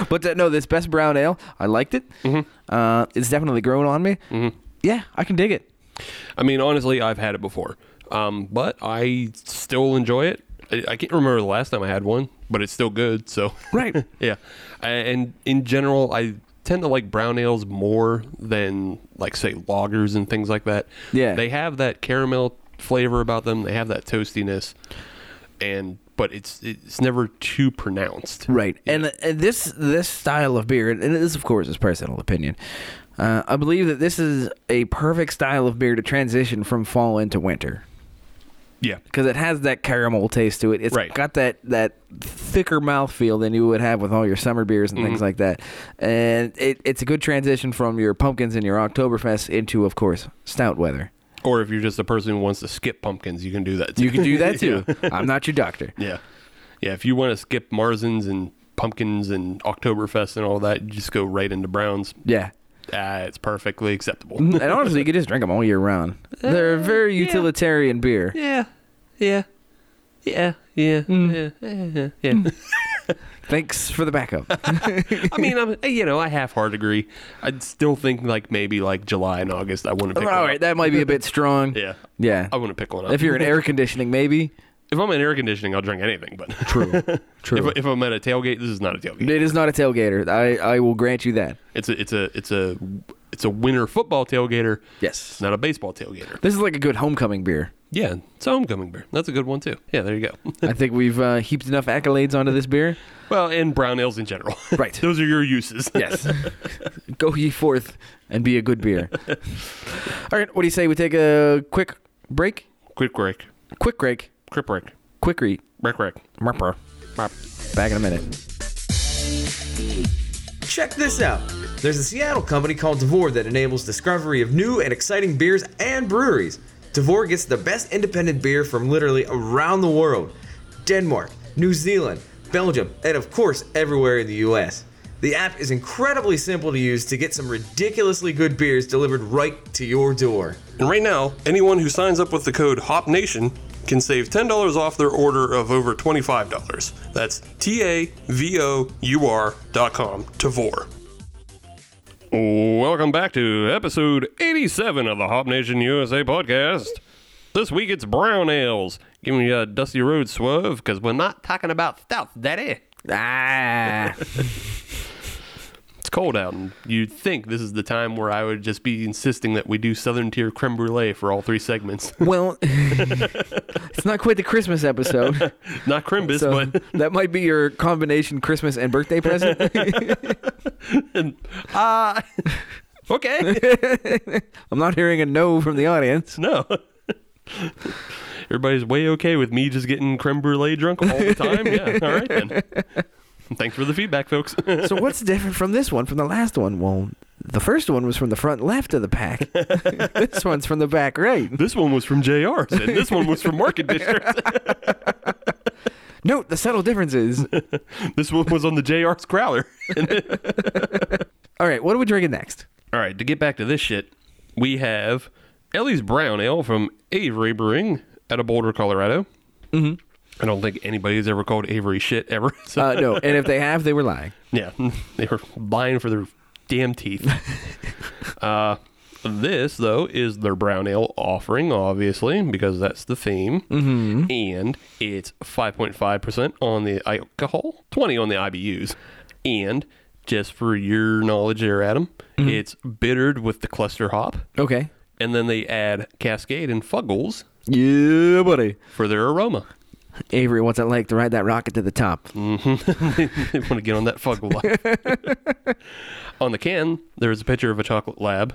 Speaker 1: But uh, no, this best brown ale, I liked it. Uh, it's definitely grown on me. Yeah, I can dig it.
Speaker 5: I mean, honestly, I've had it before, um, but I still enjoy it. I, I can't remember the last time I had one, but it's still good. So
Speaker 1: Right.
Speaker 5: yeah, I, and in general, I tend to like brown ales more than like say lagers and things like that.
Speaker 1: Yeah.
Speaker 5: they have that caramel flavor about them. They have that toastiness, and but it's it's never too pronounced.
Speaker 1: Right, and, and this this style of beer, and this of course is personal opinion. Uh, I believe that this is a perfect style of beer to transition from fall into winter
Speaker 5: Yeah,
Speaker 1: because it has that caramel taste to it. It's
Speaker 5: Right.
Speaker 1: got that that thicker mouthfeel than you would have with all your summer beers and
Speaker 5: Mm-hmm.
Speaker 1: things like that. And it, it's a good transition from your pumpkins and your Oktoberfest into, of course, stout weather.
Speaker 5: or if you're just a person who wants to skip pumpkins, you can do that. Too.
Speaker 1: You can do that
Speaker 5: Yeah.
Speaker 1: too. I'm not your doctor.
Speaker 5: Yeah. Yeah, if you want to skip Marzins and pumpkins and Oktoberfest and all that, you just go right into Browns.
Speaker 1: Yeah.
Speaker 5: Ah, it's perfectly acceptable.
Speaker 1: And honestly, you could just drink them all year round. They're a very utilitarian beer.
Speaker 5: Uh, yeah. Yeah. Yeah. Yeah. Yeah. Yeah. yeah.
Speaker 1: Thanks for the backup.
Speaker 5: I mean, I'm, you know, I half heart agree. I'd still think like maybe like July and August I wouldn't pick
Speaker 1: All
Speaker 5: one
Speaker 1: right,
Speaker 5: up.
Speaker 1: that might be a bit strong.
Speaker 5: Yeah.
Speaker 1: Yeah.
Speaker 5: I wouldn't pick one up.
Speaker 1: If you're in air conditioning, maybe.
Speaker 5: if I'm in air conditioning, I'll drink anything. But
Speaker 6: True. True.
Speaker 5: if, if I'm at a tailgate, this is not a tailgate.
Speaker 1: It is not a tailgater. I, I will grant you that.
Speaker 5: It's a it's a it's a it's a winter football tailgater.
Speaker 1: Yes.
Speaker 5: not a baseball tailgater.
Speaker 1: This is like a good homecoming beer.
Speaker 5: Yeah, it's a homecoming beer. That's a good one too. Yeah, there you go.
Speaker 1: I think we've uh, heaped enough accolades onto this beer.
Speaker 5: well, and brown ales in general.
Speaker 1: Right.
Speaker 5: Those are your uses.
Speaker 1: Yes. Go ye forth and be a good beer. All right. What do you say we take a quick break?
Speaker 5: Quick break.
Speaker 1: Quick break.
Speaker 5: Quick break.
Speaker 1: Quick read.
Speaker 5: Break break.
Speaker 1: Merp. Back in a minute. Check this out. There's a Seattle company called Devore that enables discovery of new and exciting beers and breweries. Devore gets the best independent beer from literally around the world Denmark, New Zealand, Belgium, and of course, everywhere in the US. The app is incredibly simple to use to get some ridiculously good beers delivered right to your door.
Speaker 7: And right now, anyone who signs up with the code HOPNATION can save $10 off their order of over $25. That's T A V O U R dot com, Tavor.
Speaker 5: Welcome back to episode 87 of the Hop Nation USA podcast. This week it's brown ales. Giving you a dusty road swerve because we're not talking about stouts, daddy.
Speaker 1: Ah.
Speaker 5: It's cold out, and you'd think this is the time where I would just be insisting that we do Southern Tier creme brulee for all three segments.
Speaker 1: well, it's not quite the Christmas episode.
Speaker 5: not crimbus,
Speaker 1: So
Speaker 5: but
Speaker 1: that might be your combination Christmas and birthday present.
Speaker 5: okay.
Speaker 1: I'm not hearing a no from the audience.
Speaker 5: No. Everybody's way okay with me just getting creme brulee drunk all the time. Yeah. All right then. Thanks for the feedback, folks.
Speaker 1: So what's different from this one from the last one? Well, the first one was from the front left of the pack. this one's from the back right.
Speaker 5: this one was from JR's and this one was from Market District.
Speaker 1: Note the subtle differences.
Speaker 5: this one was on the JR's Crowler.
Speaker 1: All right, what are we drinking next?
Speaker 5: All right, to get back to this shit, we have Ellie's Brown Ale from Avery Brewing out of Boulder, Colorado. Mm-hmm. I don't think anybody's ever called Avery shit ever. So,
Speaker 1: Uh, no, and if they have, they were lying.
Speaker 5: yeah, they were lying for their damn teeth. uh, this, though, is their brown ale offering, obviously, because that's the theme. Mm-hmm. And it's 5.5% on the alcohol, 20 on the IBUs. And just for your knowledge there, Adam, it's bittered with the cluster hop
Speaker 1: Okay.
Speaker 5: and then they add Cascade and Fuggles
Speaker 1: Yeah, buddy.
Speaker 5: for their aroma.
Speaker 1: Avery, what's it like to ride that rocket to the top?
Speaker 5: Mm. they want to get on that Fuggle life. on the can, there is a picture of a chocolate lab,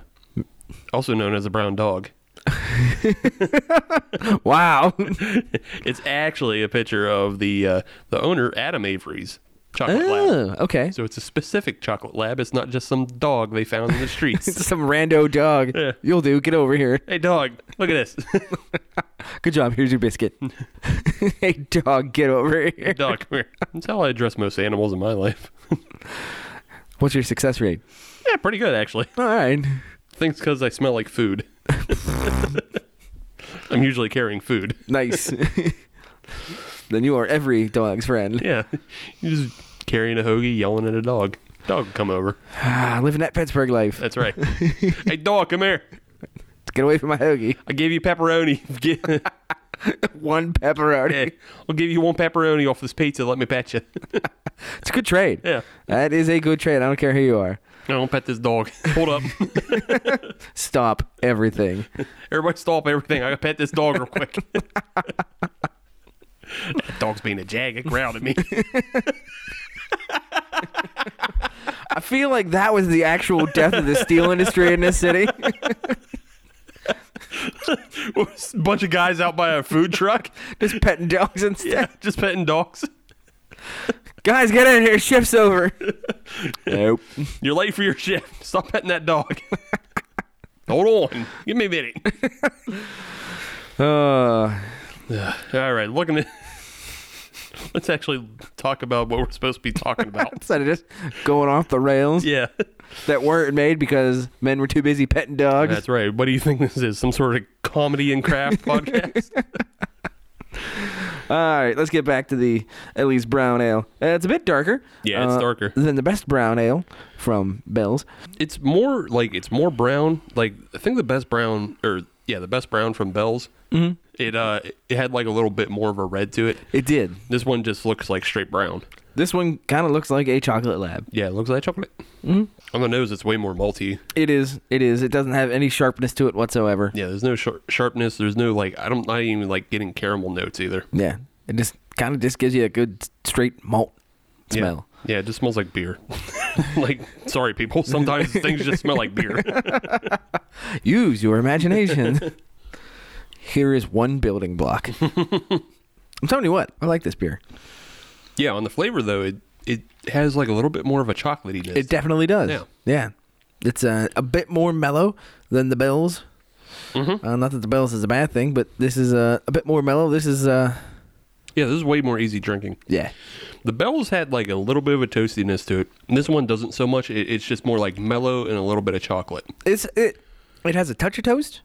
Speaker 5: also known as a brown dog.
Speaker 1: Wow.
Speaker 5: It's actually a picture of the uh, the owner Adam Avery's chocolate
Speaker 1: oh,
Speaker 5: lab.
Speaker 1: okay.
Speaker 5: So it's a specific chocolate lab. It's not just some dog they found in the streets.
Speaker 1: Some rando dog.
Speaker 5: Yeah.
Speaker 1: You'll do. Get over here.
Speaker 5: hey dog, look at this.
Speaker 1: Good job. Here's your biscuit. hey, dog, get over here.
Speaker 5: dog, come here. That's how I address most animals in my life.
Speaker 1: What's your success rate?
Speaker 5: yeah, pretty good actually.
Speaker 1: All right.
Speaker 5: Thanks, because I smell like food. I'm usually carrying food.
Speaker 1: Nice. then you are every dog's friend.
Speaker 5: Yeah. You're just carrying a hoagie, yelling at a dog. Dog, come over.
Speaker 1: Ah, living that Pittsburgh life.
Speaker 5: That's right. hey, dog, come here.
Speaker 1: Get away from my hoagie.
Speaker 5: I gave you pepperoni. Get,
Speaker 1: One pepperoni.
Speaker 5: yeah, I'll give you one pepperoni off this pizza. Let me pet you.
Speaker 1: It's a good trade.
Speaker 5: Yeah.
Speaker 1: That is a good trade. I don't care who you are.
Speaker 5: I don't pet this dog. Hold up.
Speaker 1: Stop everything.
Speaker 5: Everybody stop everything. I gotta pet this dog real quick. that dog's being a jag. It growled at me.
Speaker 1: I feel like that was the actual death of the steel industry in this city.
Speaker 5: Bunch of guys out by a food truck.
Speaker 1: Just petting dogs instead.
Speaker 5: Yeah, just petting dogs.
Speaker 1: Guys, get in here. Shift's over. nope.
Speaker 5: You're late for your shift. Stop petting that dog. Hold on. Give me a minute.
Speaker 1: Uh,
Speaker 5: All right, looking at. Let's actually talk about what we're supposed to be talking about.
Speaker 1: instead of just going off the rails
Speaker 5: yeah,
Speaker 1: that weren't made because men were too busy petting dogs.
Speaker 5: that's right. What do you think this is? Some sort of comedy and craft podcast?
Speaker 1: All right, let's get back to the Ellie's Brown Ale. Uh, it's a bit darker.
Speaker 5: Yeah, it's
Speaker 1: uh,
Speaker 5: darker.
Speaker 1: than the best brown ale from Bell's.
Speaker 5: It's more like it's more brown. Like I think the best brown, or yeah, the best brown from Bell's. Mm-hmm. It uh, it had like a little bit more of a red to it.
Speaker 1: It did.
Speaker 5: This one just looks like straight brown.
Speaker 1: This one kind of looks like a chocolate lab.
Speaker 5: Yeah, it looks like chocolate. On the nose, it's way more malty.
Speaker 1: It is. It is. It doesn't have any sharpness to it whatsoever.
Speaker 5: Yeah, there's no shar sharpness. There's no like I don't not even like getting caramel notes either.
Speaker 1: Yeah. It just kind of just gives you a good straight malt
Speaker 5: Yeah.
Speaker 1: smell.
Speaker 5: Yeah, it just smells like beer. like, sorry, people. Sometimes things just smell like beer.
Speaker 1: Use your imagination. Here is one building block. I'm telling you what, I like this beer.
Speaker 5: yeah, on the flavor though, it it has like a little bit more of a chocolatiness.
Speaker 1: It definitely does.
Speaker 5: Yeah.
Speaker 1: It's uh, a bit more mellow than the Bells.
Speaker 5: Mm-hmm.
Speaker 1: Uh, not that the Bells is a bad thing, but this is uh, a bit more mellow. This is, uh,
Speaker 5: yeah, this is way more easy drinking.
Speaker 1: yeah.
Speaker 5: The Bell's had like a little bit of a toastiness to it. This one doesn't so much. It, it's just more like mellow and a little bit of chocolate. Mm-hmm.
Speaker 1: It's It, it has a touch of toast,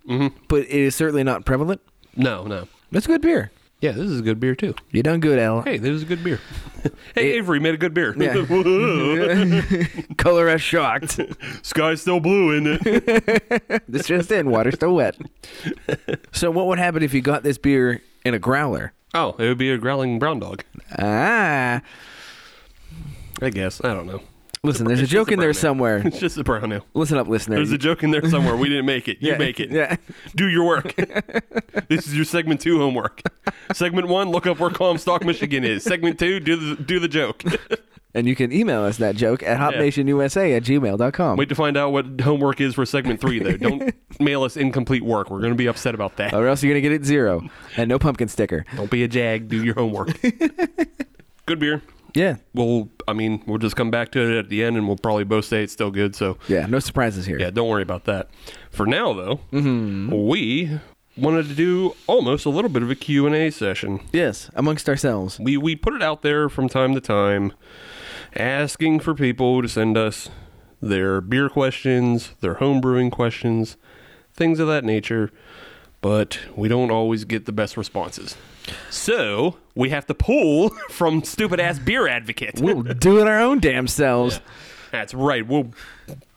Speaker 1: but it is certainly not prevalent.
Speaker 5: No, no.
Speaker 1: That's a good beer.
Speaker 5: Yeah, this is a good beer too.
Speaker 1: You done good, Al.
Speaker 5: Hey, this is a good beer. hey,
Speaker 1: It- Mm-hmm.
Speaker 5: Avery made a good beer.
Speaker 1: Yeah. Color us shocked.
Speaker 5: Sky's still blue, isn't it?
Speaker 1: This just in, water's still wet. So, what would happen if you got this beer in a growler?
Speaker 5: oh, it would be a growling brown dog.
Speaker 1: Ah,
Speaker 5: I guess. I don't know.
Speaker 1: listen, there's a
Speaker 5: It's just
Speaker 1: joke in there
Speaker 5: brown ale.
Speaker 1: somewhere.
Speaker 5: It's just a brown ale.
Speaker 1: Listen up, listener.
Speaker 5: There's a joke in there somewhere. We didn't make it. You
Speaker 1: Yeah,
Speaker 5: make it.
Speaker 1: yeah.
Speaker 5: Do your work. this is your segment two homework. Segment one, look up where Comstock, Michigan is. Segment two, do the, do the joke.
Speaker 1: and you can email us that joke at hopnationusa at gmail.com.
Speaker 5: Wait to find out what homework is for segment three, though. Don't mail us incomplete work. We're going to be upset about that.
Speaker 1: Or else you're going to get it zero and no pumpkin sticker.
Speaker 5: Don't be a jag. Do your homework. good beer.
Speaker 1: Yeah.
Speaker 5: We'll, I mean, we'll just come back to it at the end and we'll probably both say it's still good. So,
Speaker 1: Yeah, no surprises here.
Speaker 5: Yeah, don't worry about that. For now, though,
Speaker 1: Mm-hmm.
Speaker 5: we wanted to do almost a little bit of a Q&A session.
Speaker 1: Yes, amongst ourselves.
Speaker 5: We, we put it out there from time to time, asking for people to send us their beer questions, their homebrewing questions, things of that nature, but we don't always get the best responses. So we have to pull from stupid ass beer advocate.
Speaker 1: We'll do it our own damn selves.
Speaker 5: That's right. We'll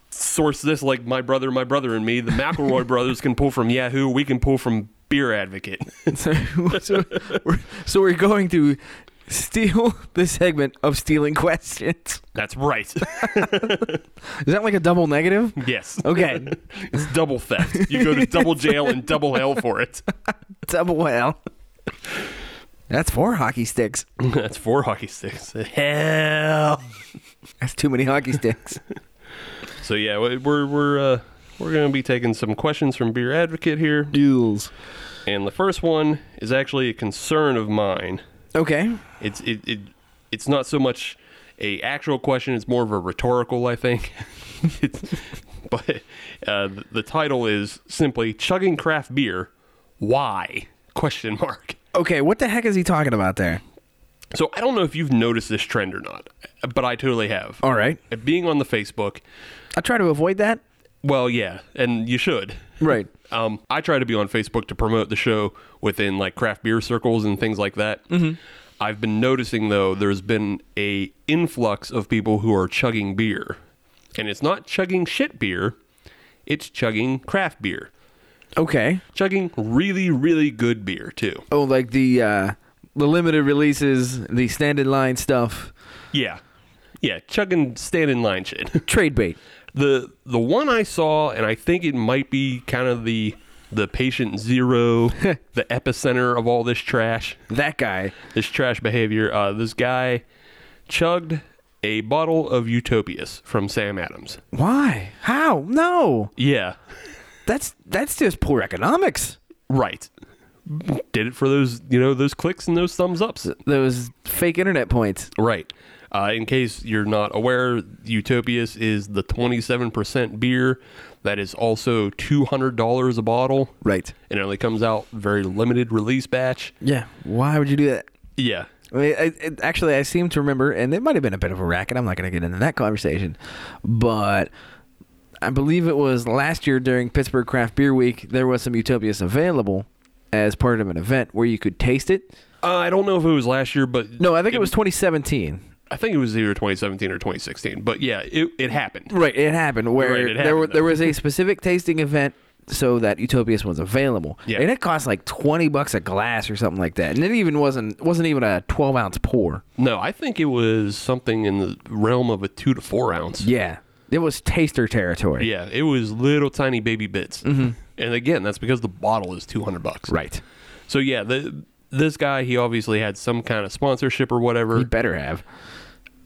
Speaker 5: source this like my brother, my brother, and me. The McElroy brothers can pull from Yahoo. We can pull from Beer Advocate.
Speaker 1: So, so, we're, so we're going to steal the segment of stealing questions.
Speaker 5: That's right.
Speaker 1: Is that like a double negative?
Speaker 5: yes.
Speaker 1: Okay,
Speaker 5: It's double theft. You go to double jail and double hell for it.
Speaker 1: double L. That's four hockey sticks.
Speaker 5: That's four hockey sticks. Hell.
Speaker 1: That's too many hockey sticks.
Speaker 5: So yeah, we- we're we're uh, we're gonna be taking some questions from Beer Advocate here,
Speaker 1: Duels.
Speaker 5: and the first one is actually a concern of mine.
Speaker 1: Okay.
Speaker 5: It's it, it it's not so much a actual question; it's more of a rhetorical, I think. It's- but uh, th- the title is simply "Chugging Craft Beer, Why?" Question mark.
Speaker 1: Okay, what the heck is he talking about there?
Speaker 5: So I don't know if you've noticed this trend or not, but I totally have.
Speaker 1: All right.
Speaker 5: Uh, Being on the Facebook,
Speaker 1: I try to avoid that.
Speaker 5: well, yeah, and you should.
Speaker 1: Right.
Speaker 5: Um, I try to be on Facebook to promote the show within like craft beer circles and things like that.
Speaker 1: Mm-hmm.
Speaker 5: I've been noticing though there's been a influx of people who are chugging beer, and it's not chugging shit beer, it's chugging craft beer,
Speaker 1: Okay.
Speaker 5: chugging really really good beer too.
Speaker 1: Oh, like the uh the limited releases, the stand in line stuff,
Speaker 5: Yeah, yeah, chugging stand in line shit.
Speaker 1: trade bait.
Speaker 5: the the one I saw, and I think it might be kind of the the patient zero, the epicenter of all this trash.
Speaker 1: That guy.
Speaker 5: this trash behavior. Uh, this guy chugged a bottle of Utopias from Sam Adams.
Speaker 1: Why? How? No.
Speaker 5: Yeah,
Speaker 1: That's that's just poor economics.
Speaker 5: right. Did it for those, you know, those clicks and those thumbs ups.
Speaker 1: Those fake internet points.
Speaker 5: Right. Uh, in case you're not aware, Utopias is the 27% beer that is also $200 a bottle.
Speaker 1: Right.
Speaker 5: And it only comes out very limited release batch.
Speaker 1: Yeah. Why would you do that?
Speaker 5: Yeah.
Speaker 1: I mean, I, it, actually, I seem to remember, and it might have been a bit of a racket. I'm not going to get into that conversation, but I believe it was last year during Pittsburgh Craft Beer Week. There was some Utopias available as part of an event where you could taste it.
Speaker 5: Uh, I don't know if it was last year, but
Speaker 1: No, I think it was 2017.
Speaker 5: I think it was either 2017 or 2016. But yeah, it, it happened.
Speaker 1: Right, it happened where
Speaker 5: Right, it
Speaker 1: there
Speaker 5: happened,
Speaker 1: were,
Speaker 5: though.
Speaker 1: there was a specific tasting event so that Utopius was available.
Speaker 5: Yeah.
Speaker 1: And it cost like twenty bucks a glass or something like that. And it even wasn't wasn't even a twelve ounce pour.
Speaker 5: No, I think it was something in the realm of a two to four ounce.
Speaker 1: Yeah. It was taster territory.
Speaker 5: Yeah, it was little tiny baby bits. Mm-hmm. And again, that's because the bottle is 200 bucks.
Speaker 1: Right.
Speaker 5: So yeah, the, this guy, he obviously had some kind of sponsorship or whatever.
Speaker 1: You better have.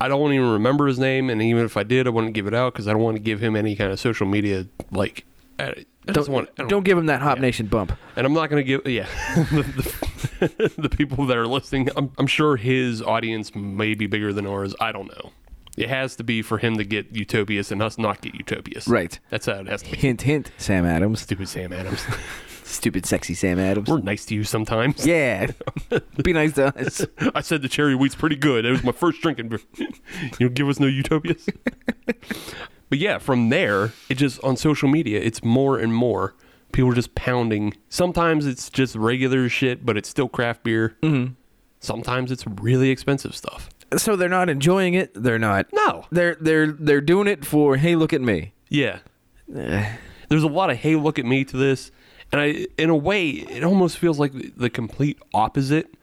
Speaker 5: I don't even remember his name, and even if I did, I wouldn't give it out because I don't want to give him any kind of social media like. I, I
Speaker 1: Don't,
Speaker 5: just want, I
Speaker 1: don't, give him that Hop Nation bump.
Speaker 5: and I'm not going to give. Yeah, the, the, the people that are listening, I'm, I'm sure his audience may be bigger than ours. I don't know. It has to be for him to get Utopius and us not get Utopius.
Speaker 1: Right.
Speaker 5: That's how it has to be.
Speaker 1: Hint, hint, Sam Adams.
Speaker 5: Stupid Sam Adams.
Speaker 1: Stupid, sexy Sam Adams.
Speaker 5: We're nice to you sometimes.
Speaker 1: yeah. Be nice to us.
Speaker 5: I said the cherry wheat's pretty good. It was my first drinking beer. you give us no utopias. but yeah, from there, it just on social media, it's more and more people are just pounding. Sometimes it's just regular shit, but it's still craft beer. Mm-hmm. Sometimes it's really expensive stuff.
Speaker 1: So they're not enjoying it. They're not.
Speaker 5: No.
Speaker 1: They're they're they're doing it for hey, look at me.
Speaker 5: Yeah. Eh. There's a lot of hey, look at me to this, and I, in a way, it almost feels like the- the complete opposite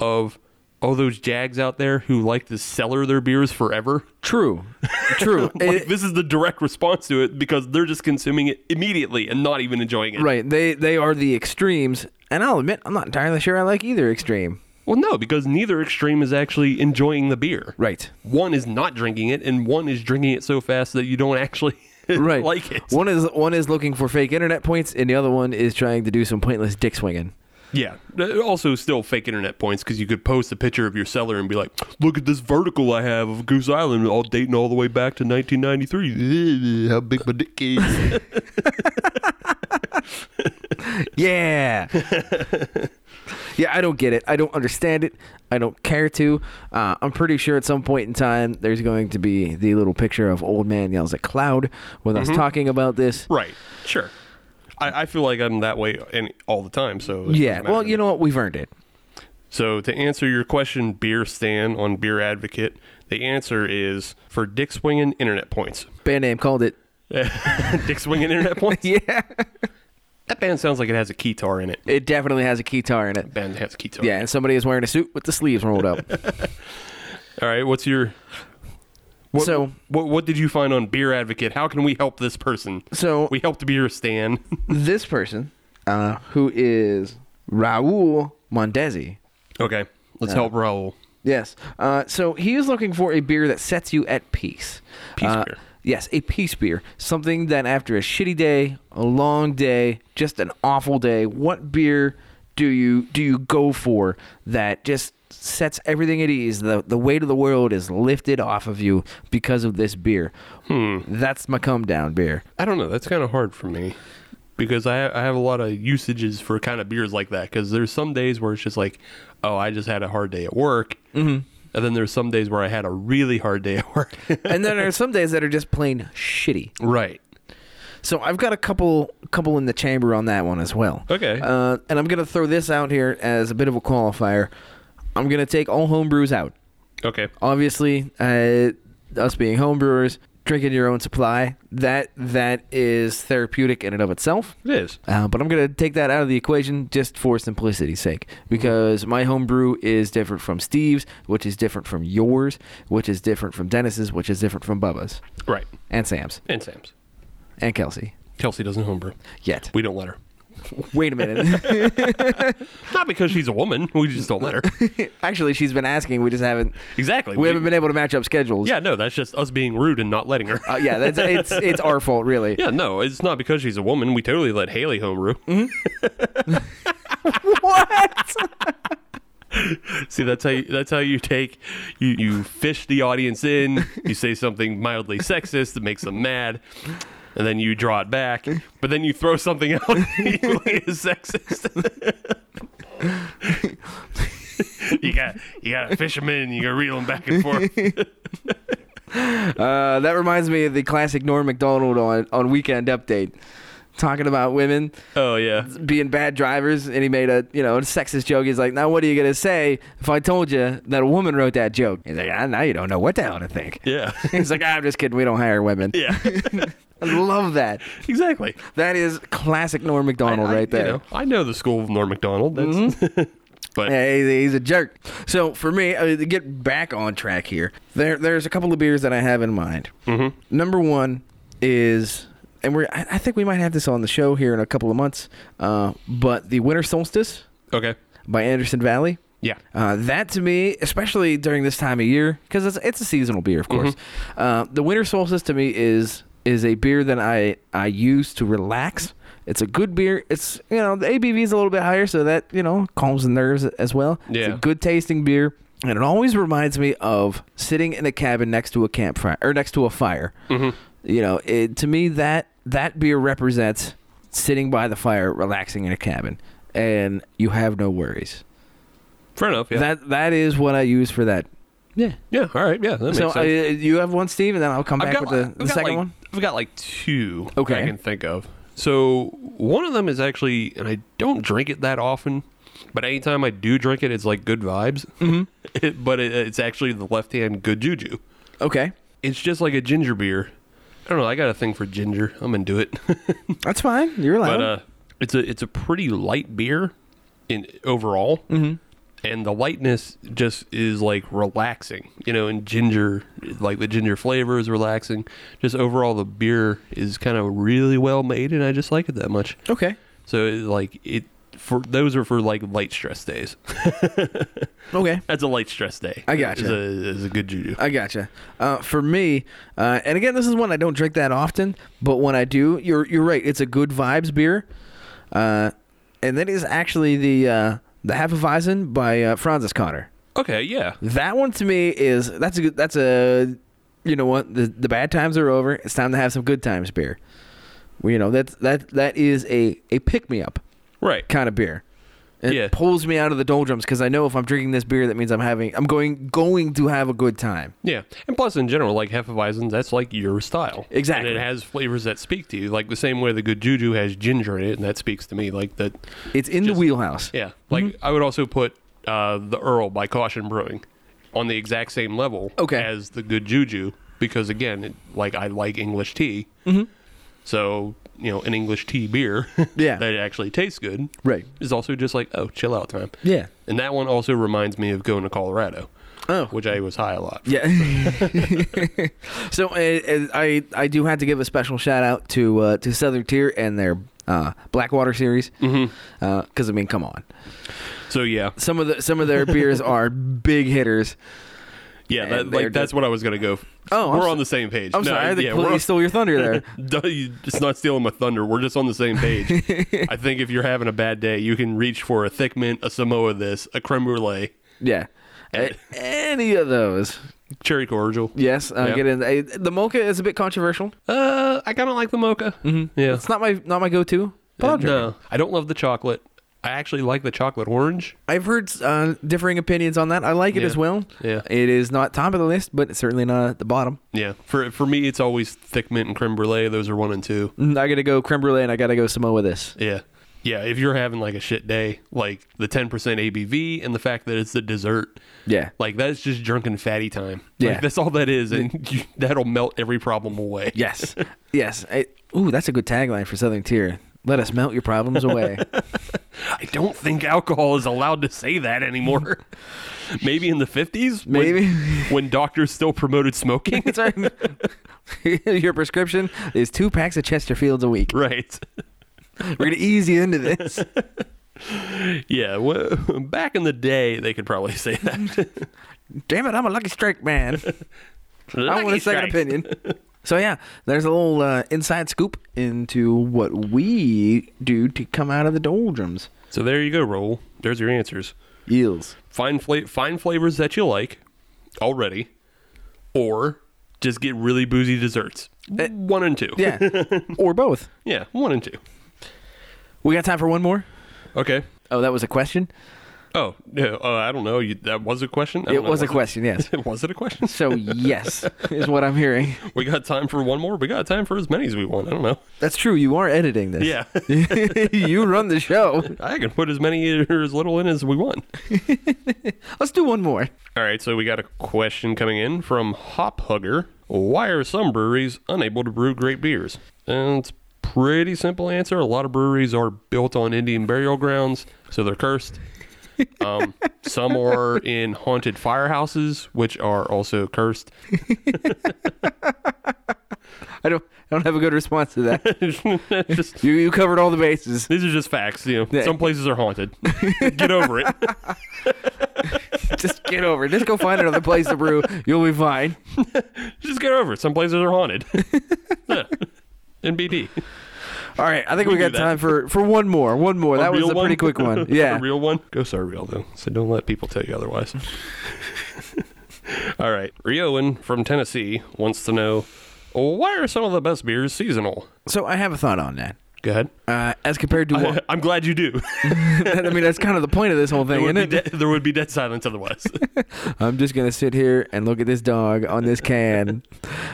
Speaker 5: of all those jags out there who like to cellar their beers forever.
Speaker 1: True. True.
Speaker 5: Like,
Speaker 1: It-
Speaker 5: this is the direct response to it because they're just consuming it immediately and not even enjoying it.
Speaker 1: right. They they are the extremes, and I'll admit I'm not entirely sure I like either extreme.
Speaker 5: Well, no, because neither extreme is actually enjoying the beer.
Speaker 1: Right.
Speaker 5: One is not drinking it, and one is drinking it so fast that you don't actually
Speaker 1: Right.
Speaker 5: like it.
Speaker 1: One is one is looking for fake internet points, and the other one is trying to do some pointless dick swinging.
Speaker 5: Yeah. Uh, Also, still fake internet points because you could post a picture of your cellar and be like, look at this vertical I have of Goose Island, all dating all the way back to 1993. Eh, How big my dick is.
Speaker 1: Yeah. yeah, I don't get it. I don't understand it. I don't care to. Uh, I'm pretty sure at some point in time there's going to be the little picture of old man yells at cloud with us talking about this.
Speaker 5: Mm-hmm. right. Sure. I, I feel like I'm that way any, all the time. So it
Speaker 1: Yeah.
Speaker 5: doesn't matter
Speaker 1: Well,
Speaker 5: to me.
Speaker 1: you know what? We've earned it.
Speaker 5: So to answer your question, beer stand on Beer Advocate, the answer is for Dick Swinging Internet Points.
Speaker 1: Band name called it.
Speaker 5: Dick Swinging Internet Points.
Speaker 1: Yeah.
Speaker 5: That band sounds like it has a keytar in it.
Speaker 1: It definitely has a guitar in it.
Speaker 5: Band that has a keytar.
Speaker 1: Yeah, and somebody is wearing a suit with the sleeves rolled up.
Speaker 5: All right. What's your what,
Speaker 1: So-
Speaker 5: what what did you find on Beer Advocate? How can we help this person?
Speaker 1: So-
Speaker 5: we helped Beer Stan.
Speaker 1: this person, uh, who is Raul Mondesi,
Speaker 5: okay. Let's help Raul.
Speaker 1: Yes. Uh, so he is looking for a beer that sets you at peace.
Speaker 5: Peace
Speaker 1: Uh,
Speaker 5: beer.
Speaker 1: Yes, a peace beer. Something that after a shitty day, a long day, just an awful day, what beer do you do you go for that just sets everything at ease? The the weight of the world is lifted off of you because of this beer. Hmm. That's my come down beer.
Speaker 5: I don't know. That's kind of hard for me because I I have a lot of usages for kind of beers like that. Because there's some days where it's just like, oh, I just had a hard day at work, mm-hmm. and then there's some days where I had a really hard day at work.
Speaker 1: and then there are some days that are just plain shitty.
Speaker 5: right.
Speaker 1: So I've got a couple couple in the chamber on that one as well.
Speaker 5: Okay.
Speaker 1: Uh, and I'm gonna throw this out here as a bit of a qualifier. I'm gonna take all homebrews out.
Speaker 5: Okay.
Speaker 1: Obviously, uh, us being homebrewers, drinking your own supply that that is therapeutic in and of itself.
Speaker 5: It is.
Speaker 1: Uh, but I'm gonna take that out of the equation just for simplicity's sake, because my homebrew is different from Steve's, which is different from yours, which is different from Dennis's, which is different from Bubba's
Speaker 5: Right.
Speaker 1: and Sam's
Speaker 5: And Sam's.
Speaker 1: and Kelsey.
Speaker 5: Kelsey doesn't homebrew.
Speaker 1: Yet,
Speaker 5: We don't let her.
Speaker 1: wait a minute.
Speaker 5: Not because she's a woman. We just don't let her.
Speaker 1: Actually, she's been asking. We just haven't.
Speaker 5: Exactly.
Speaker 1: We haven't been able to match up schedules.
Speaker 5: Yeah, no, that's just us being rude and not letting her.
Speaker 1: Uh, yeah. That's it's it's our fault, really.
Speaker 5: yeah, no, it's not because she's a woman. We totally let Haley homebrew.
Speaker 1: What?
Speaker 5: See, that's how you, that's how you take you you fish the audience in. You say something mildly sexist that makes them mad, and then you draw it back. But then you throw something out equally as sexist. you got you got to fish them in. You got to reel them back and forth.
Speaker 1: Uh, that reminds me of the classic Norm Macdonald on on Weekend Update, talking about women
Speaker 5: Oh yeah,
Speaker 1: being bad drivers, and he made a you know a sexist joke. He's like, "Now what are you gonna say if I told you that a woman wrote that joke?" He's like, ah, "Now you don't know what the hell to think."
Speaker 5: yeah,
Speaker 1: He's like, "Ah, "I'm just kidding. We don't hire women."
Speaker 5: yeah.
Speaker 1: I love that.
Speaker 5: Exactly.
Speaker 1: That is classic Norm McDonald
Speaker 5: I-
Speaker 1: right there. Mm-hmm.
Speaker 5: You know, I know the school of Norm McDonald. That's, but
Speaker 1: Yeah, he's, he's a jerk. So for me, I mean, to get back on track here, there there's a couple of beers that I have in mind. Mm-hmm. Number one is, and we're I, I think we might have this on the show here in a couple of months, uh, but the Winter Solstice
Speaker 5: okay,
Speaker 1: by Anderson Valley.
Speaker 5: yeah,
Speaker 1: Uh, that to me, especially during this time of year, because it's, it's a seasonal beer,
Speaker 5: Mm-hmm.
Speaker 1: of course. Uh, the winter solstice to me is is a beer that I I use to relax. It's a good beer. It's you know the ABV is a little bit higher, so that you know calms the nerves as well. It's
Speaker 5: Yeah.
Speaker 1: a good tasting beer, and it always reminds me of sitting in a cabin next to a campfire or next to a fire.
Speaker 5: Mm-hmm.
Speaker 1: You know, it, to me that that beer represents sitting by the fire, relaxing in a cabin, and you have no worries.
Speaker 5: fair enough. Yeah,
Speaker 1: That that is what I use for that. Yeah.
Speaker 5: yeah, all right, yeah, that makes
Speaker 1: So
Speaker 5: sense.
Speaker 1: uh, you have one, Steve, and then I'll come back with the,
Speaker 5: like-
Speaker 1: the
Speaker 5: got
Speaker 1: second
Speaker 5: like,
Speaker 1: one.
Speaker 5: I've got like two
Speaker 1: Okay.
Speaker 5: I can think of. So one of them is actually, and I don't drink it that often, but anytime I do drink it, it's like good vibes.
Speaker 1: Mm-hmm.
Speaker 5: It- but it, it's actually the left hand good juju.
Speaker 1: Okay,
Speaker 5: It's just like a ginger beer. I don't know. I got a thing for ginger. I'm into it.
Speaker 1: that's fine. You're allowed.
Speaker 5: but uh, it's a it's a pretty light beer in overall, mm-hmm. and the lightness just is like relaxing, you know. And ginger, like the ginger flavor is relaxing. Just overall, the beer is kind of really well made, and I just like it that much.
Speaker 1: okay.
Speaker 5: So it, like it for those are for like light stress days.
Speaker 1: Okay.
Speaker 5: That's a light stress day.
Speaker 1: I gotcha.
Speaker 5: Is a, is a good juju.
Speaker 1: I gotcha. Uh, for me, uh, and again, this is one I don't drink that often, but when I do, you're you're right. It's a good vibes beer, uh, and that is actually the uh, the Hefeweizen by uh, Francis Connor.
Speaker 5: okay, yeah,
Speaker 1: That one to me is that's a good that's a you know what the the bad times are over. It's time to have some good times beer. Well, you know that's that that is a a pick me up
Speaker 5: right.
Speaker 1: kind of beer. It
Speaker 5: Yeah.
Speaker 1: pulls me out of the doldrums because I know if I'm drinking this beer, that means I'm having I'm going going to have a good time.
Speaker 5: Yeah, and plus in general, like Hefeweizen, that's like your style.
Speaker 1: Exactly.
Speaker 5: and it has flavors that speak to you, like the same way the Good Juju has ginger in it, and that speaks to me. Like that,
Speaker 1: It's in
Speaker 5: Just-
Speaker 1: the wheelhouse.
Speaker 5: yeah. Like I would also put uh, the Earl by Caution Brewing on the exact same level
Speaker 1: Okay.
Speaker 5: as the Good Juju because again, it, like I like English tea, mm-hmm. so you know an English tea beer
Speaker 1: Yeah.
Speaker 5: that actually tastes good
Speaker 1: Right.
Speaker 5: is also just like oh chill out time.
Speaker 1: Yeah.
Speaker 5: and that one also reminds me of going to Colorado,
Speaker 1: Oh.
Speaker 5: which I was high a lot.
Speaker 1: Yeah. so uh, uh, I I do have to give a special shout out to uh, to Southern Tier and their uh, Blackwater series
Speaker 5: Mm-hmm.
Speaker 1: because I mean, come on,
Speaker 5: So yeah,
Speaker 1: some of the some of their beers are big hitters.
Speaker 5: Yeah,
Speaker 1: and
Speaker 5: that,
Speaker 1: they're
Speaker 5: like that's
Speaker 1: just-
Speaker 5: what I was gonna go.
Speaker 1: Oh, I'm
Speaker 5: we're
Speaker 1: so-
Speaker 5: on the same page.
Speaker 1: I'm
Speaker 5: No,
Speaker 1: sorry, I
Speaker 5: yeah,
Speaker 1: completely
Speaker 5: we're on-
Speaker 1: stole your thunder there.
Speaker 5: Don't you- it's not stealing my thunder. We're just on the same page. I think if you're having a bad day, you can reach for a thick mint, a Samoa, this, a creme brulee,
Speaker 1: yeah, A- any of those.
Speaker 5: cherry cordial.
Speaker 1: Yes, uh,
Speaker 5: Yeah.
Speaker 1: get in. Uh, the mocha is a bit controversial.
Speaker 5: Uh, I kind of like the mocha. Mm-hmm. Yeah,
Speaker 1: It's not my not my go-to. But I'll drink it.
Speaker 5: no, I don't love the chocolate. I actually like the chocolate orange.
Speaker 1: I've heard uh, differing opinions on that. I like it
Speaker 5: Yeah.
Speaker 1: as well.
Speaker 5: Yeah.
Speaker 1: It is not top of the list, but it's certainly not at the bottom.
Speaker 5: Yeah, for for me, it's always thick mint and creme brulee. Those are one and two.
Speaker 1: Mm, I gotta go creme brulee and I gotta go Samoa with this.
Speaker 5: Yeah. Yeah, if you're having like a shit day, like the 10% ABV and the fact that it's the dessert,
Speaker 1: Yeah.
Speaker 5: Like that's just drunken fatty time.
Speaker 1: Yeah.
Speaker 5: like, that's all that is, and you, that'll melt every problem away.
Speaker 1: Yes. yes. I, ooh, that's a good tagline for Southern Tier. Let us melt your problems away.
Speaker 5: I don't think alcohol is allowed to say that anymore. Maybe in the fifties,
Speaker 1: Maybe.
Speaker 5: when, when doctors still promoted smoking.
Speaker 1: That's right. your prescription is two packs of Chesterfields a week.
Speaker 5: right?
Speaker 1: We're gonna ease you into this.
Speaker 5: Yeah. Well, back in the day, they could probably say that.
Speaker 1: Damn it, I'm a lucky strike man. I want a second opinion. So yeah, there's a little uh, inside scoop into what we do to come out of the doldrums.
Speaker 5: So there you go, roll. There's your answers.
Speaker 1: Eels.
Speaker 5: Find fla- find flavors that you like already, or just get really boozy desserts. one and two.
Speaker 1: Eh. Yeah. or both.
Speaker 5: Yeah. One and two.
Speaker 1: We got time for one more?
Speaker 5: Okay.
Speaker 1: Oh, that was a question?
Speaker 5: Oh, yeah, uh, I don't know. You, that was a question? I
Speaker 1: It
Speaker 5: don't know.
Speaker 1: was a question, yes.
Speaker 5: It, was it a question?
Speaker 1: So, yes, is what I'm hearing.
Speaker 5: We got time for one more. We got time for as many as we want. I don't know.
Speaker 1: That's true. You are editing this.
Speaker 5: Yeah.
Speaker 1: you run the show.
Speaker 5: I can put as many or as little in as we want.
Speaker 1: Let's do one more.
Speaker 5: All right. So we got a question coming in from Hop Hugger. Why are some breweries unable to brew great beers? And it's pretty simple answer. A lot of breweries are built on Indian burial grounds, so they're cursed. Um, some are in haunted firehouses, which are also cursed.
Speaker 1: I don't. I don't have a good response to that.
Speaker 5: Just-
Speaker 1: you you covered all the bases.
Speaker 5: these are just facts. You know, some places are haunted. Get over it.
Speaker 1: Just get over it. Just go find another place to brew. You'll be fine.
Speaker 5: Just get over it. Some places are haunted. NBD.
Speaker 1: All right. I think we,
Speaker 5: do
Speaker 1: got
Speaker 5: that.
Speaker 1: time for for one more. One more. that was
Speaker 5: real
Speaker 1: a pretty quick one. Yeah.
Speaker 5: a real one. Ghosts are real, though, so don't let people tell you otherwise. All right. Rioan from Tennessee wants to know why are some of the best beers seasonal?
Speaker 1: so I have a thought on that.
Speaker 5: Go ahead.
Speaker 1: Uh, as compared to what?
Speaker 5: I'm glad you do.
Speaker 1: I mean, that's kind of the point of this whole thing,
Speaker 5: there, would
Speaker 1: isn't
Speaker 5: be
Speaker 1: it?
Speaker 5: de- there would be dead silence otherwise.
Speaker 1: I'm just gonna sit here and look at this dog on this can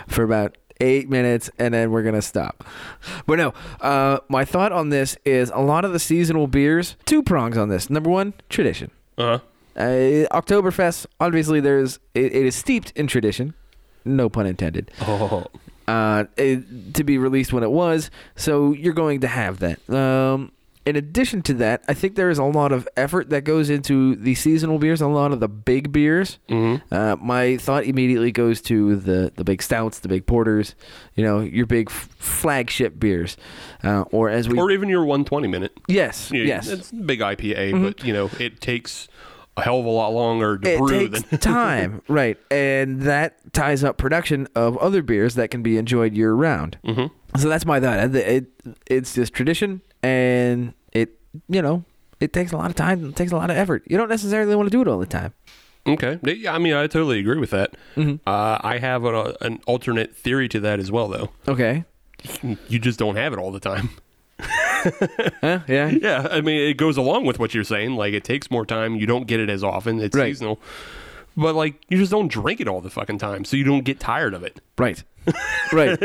Speaker 1: for about eight minutes, and then we're gonna stop. But no, uh, my thought on this is a lot of the seasonal beers. Two prongs on this. Number one, tradition.
Speaker 5: uh-huh.
Speaker 1: Uh, Oktoberfest, obviously, there's it, it is steeped in tradition. No pun intended.
Speaker 5: Oh.
Speaker 1: Uh, it, to be released when it was, so you're going to have that. Um, in addition to that, I think there is a lot of effort that goes into the seasonal beers, a lot of the big beers.
Speaker 5: Mm-hmm.
Speaker 1: Uh, my thought immediately goes to the the big stouts, the big porters, you know, your big f- flagship beers, uh, or as we
Speaker 5: Or even your 120 minute.
Speaker 1: yes
Speaker 5: You-
Speaker 1: yes Mm-hmm.
Speaker 5: It's a big IPA, but, you know, it takes a hell of a lot longer to brew
Speaker 1: takes
Speaker 5: than.
Speaker 1: time, right? And that ties up production of other beers that can be enjoyed year round. Mm-hmm. So that's my thought. It, it- it's just tradition, and it you know it takes a lot of time, it takes a lot of effort. You don't necessarily want to do it all the time.
Speaker 5: Okay. Yeah, I mean, I totally agree with that.
Speaker 1: Mm-hmm.
Speaker 5: Uh, I have a, an alternate theory to that as well, though.
Speaker 1: Okay.
Speaker 5: You just don't have it all the time.
Speaker 1: Huh? Yeah.
Speaker 5: Yeah, I mean, it goes along with what you're saying. Like, it takes more time. You don't get it as often. It's
Speaker 1: Right.
Speaker 5: seasonal. But, like, you just don't drink it all the fucking time, so you don't get tired of it.
Speaker 1: Right. right.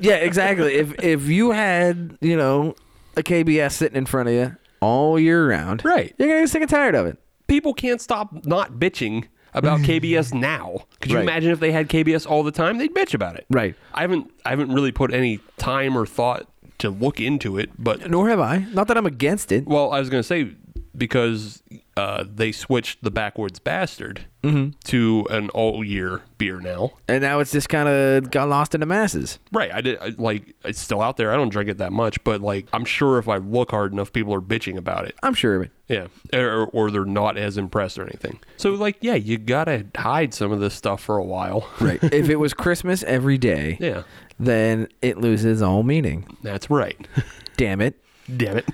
Speaker 1: Yeah. Exactly. If if you had you know a KBS sitting in front of you all year round,
Speaker 5: Right.
Speaker 1: you're gonna get sick and tired of it.
Speaker 5: People can't stop not bitching about KBS now. Could you
Speaker 1: Right.
Speaker 5: imagine if they had KBS all the time? They'd bitch about it.
Speaker 1: Right.
Speaker 5: I haven't I haven't really put any time or thought to look into it, but
Speaker 1: Nor have I. Not that I'm against it.
Speaker 5: Well, I was going to say because uh, they switched the backwards bastard
Speaker 1: Mm-hmm.
Speaker 5: to an all year beer now.
Speaker 1: and now it's just kind of got lost in the masses.
Speaker 5: Right. I did I, like it's still out there. I don't drink it that much, but like I'm sure if I look hard enough, people are bitching about it.
Speaker 1: I'm sure of it.
Speaker 5: Yeah. Or, or they're not as impressed or anything. So like, yeah, you gotta hide some of this stuff for a while.
Speaker 1: Right. if it was Christmas every day,
Speaker 5: yeah.
Speaker 1: then it loses all meaning.
Speaker 5: That's right.
Speaker 1: Damn it.
Speaker 5: Damn it.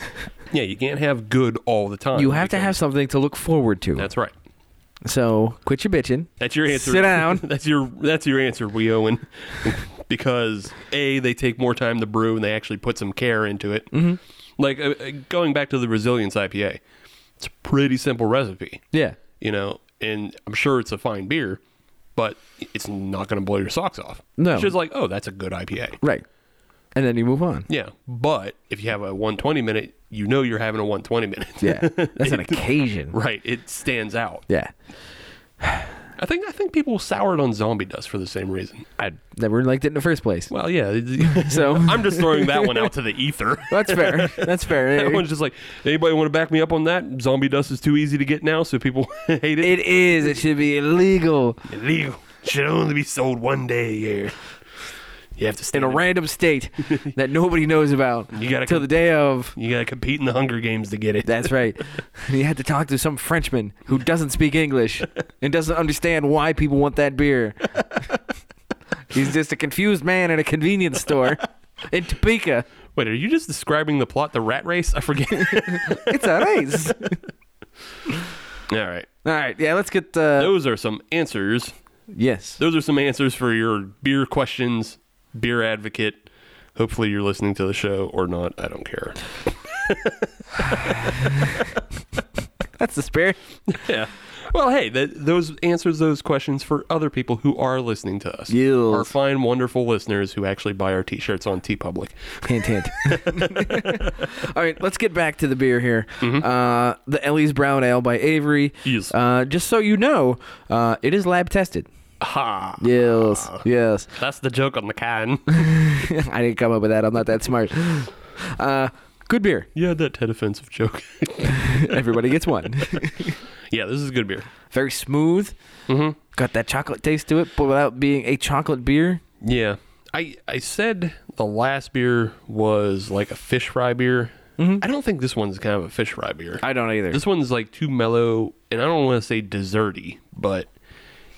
Speaker 5: yeah, you can't have good all the time.
Speaker 1: You have to
Speaker 5: because-
Speaker 1: have something to look forward to.
Speaker 5: That's right.
Speaker 1: so quit your bitching.
Speaker 5: That's your answer.
Speaker 1: Sit down.
Speaker 5: that's your that's your answer, we Owen. because a they take more time to brew and they actually put some care into it. Mm-hmm. Like uh, uh, going back to the resilience IPA, it's a pretty simple recipe,
Speaker 1: Yeah.
Speaker 5: you know, and I'm sure it's a fine beer, but it's not going to blow your socks off.
Speaker 1: No.
Speaker 5: it's just like oh, that's a good IPA.
Speaker 1: Right. And then you move on.
Speaker 5: Yeah, but if you have a 120 minute, you know you're having a 120 minute.
Speaker 1: Yeah. That's an occasion.
Speaker 5: right. It stands out.
Speaker 1: Yeah.
Speaker 5: I think I think people soured on zombie dust for the same reason.
Speaker 1: I never liked it in the first place.
Speaker 5: Well, yeah.
Speaker 1: So-
Speaker 5: I'm just throwing that one out to the ether.
Speaker 1: That's fair. That's fair.
Speaker 5: Everyone's just like, anybody want to back me up on that? Zombie dust is too easy to get now, so people hate it.
Speaker 1: It is. It should be illegal
Speaker 5: Illegal. Should only be sold one day a year. You have to stay
Speaker 1: in a random state that nobody knows about
Speaker 5: You gotta
Speaker 1: till
Speaker 5: com-
Speaker 1: the day of.
Speaker 5: You gotta compete in the Hunger Games to get it.
Speaker 1: That's right. you had to talk to some Frenchman who doesn't speak English and doesn't understand why people want that beer. He's just a confused man in a convenience store in Topeka.
Speaker 5: Wait, are you just describing the plot, the Rat Race? I forget.
Speaker 1: It's a race.
Speaker 5: All right,
Speaker 1: All right, yeah, let's get uh,
Speaker 5: those are some answers.
Speaker 1: yes.
Speaker 5: Those are some answers for your beer questions, beer advocate. Hopefully, you're listening to the show or not. I don't care.
Speaker 1: That's the spirit.
Speaker 5: Yeah. Well, hey, that those answers those questions for other people who are listening to us.
Speaker 1: Yes.
Speaker 5: Our fine, wonderful listeners who actually buy our t-shirts on TeePublic.
Speaker 1: Hint, hint. All right, let's get back to the beer here. Uh, the Ellie's Brown Ale by Avery.
Speaker 5: Yes.
Speaker 1: Uh, just so you know, uh, it is lab tested.
Speaker 5: Ha!
Speaker 1: Yes, yes.
Speaker 5: That's the joke on the can.
Speaker 1: I didn't come up with that. I'm not that smart. Uh, good beer.
Speaker 5: you had that Ted offensive joke.
Speaker 1: Everybody gets one.
Speaker 5: yeah, this is good beer.
Speaker 1: Very smooth. Mm-hmm. Got that chocolate taste to it, but without being a chocolate beer.
Speaker 5: Yeah. I, I said the last beer was like a fish fry beer. I don't think this one's kind of a fish fry beer.
Speaker 1: Mm-hmm. I don't either.
Speaker 5: This one's like too mellow, and I don't want to say desserty, but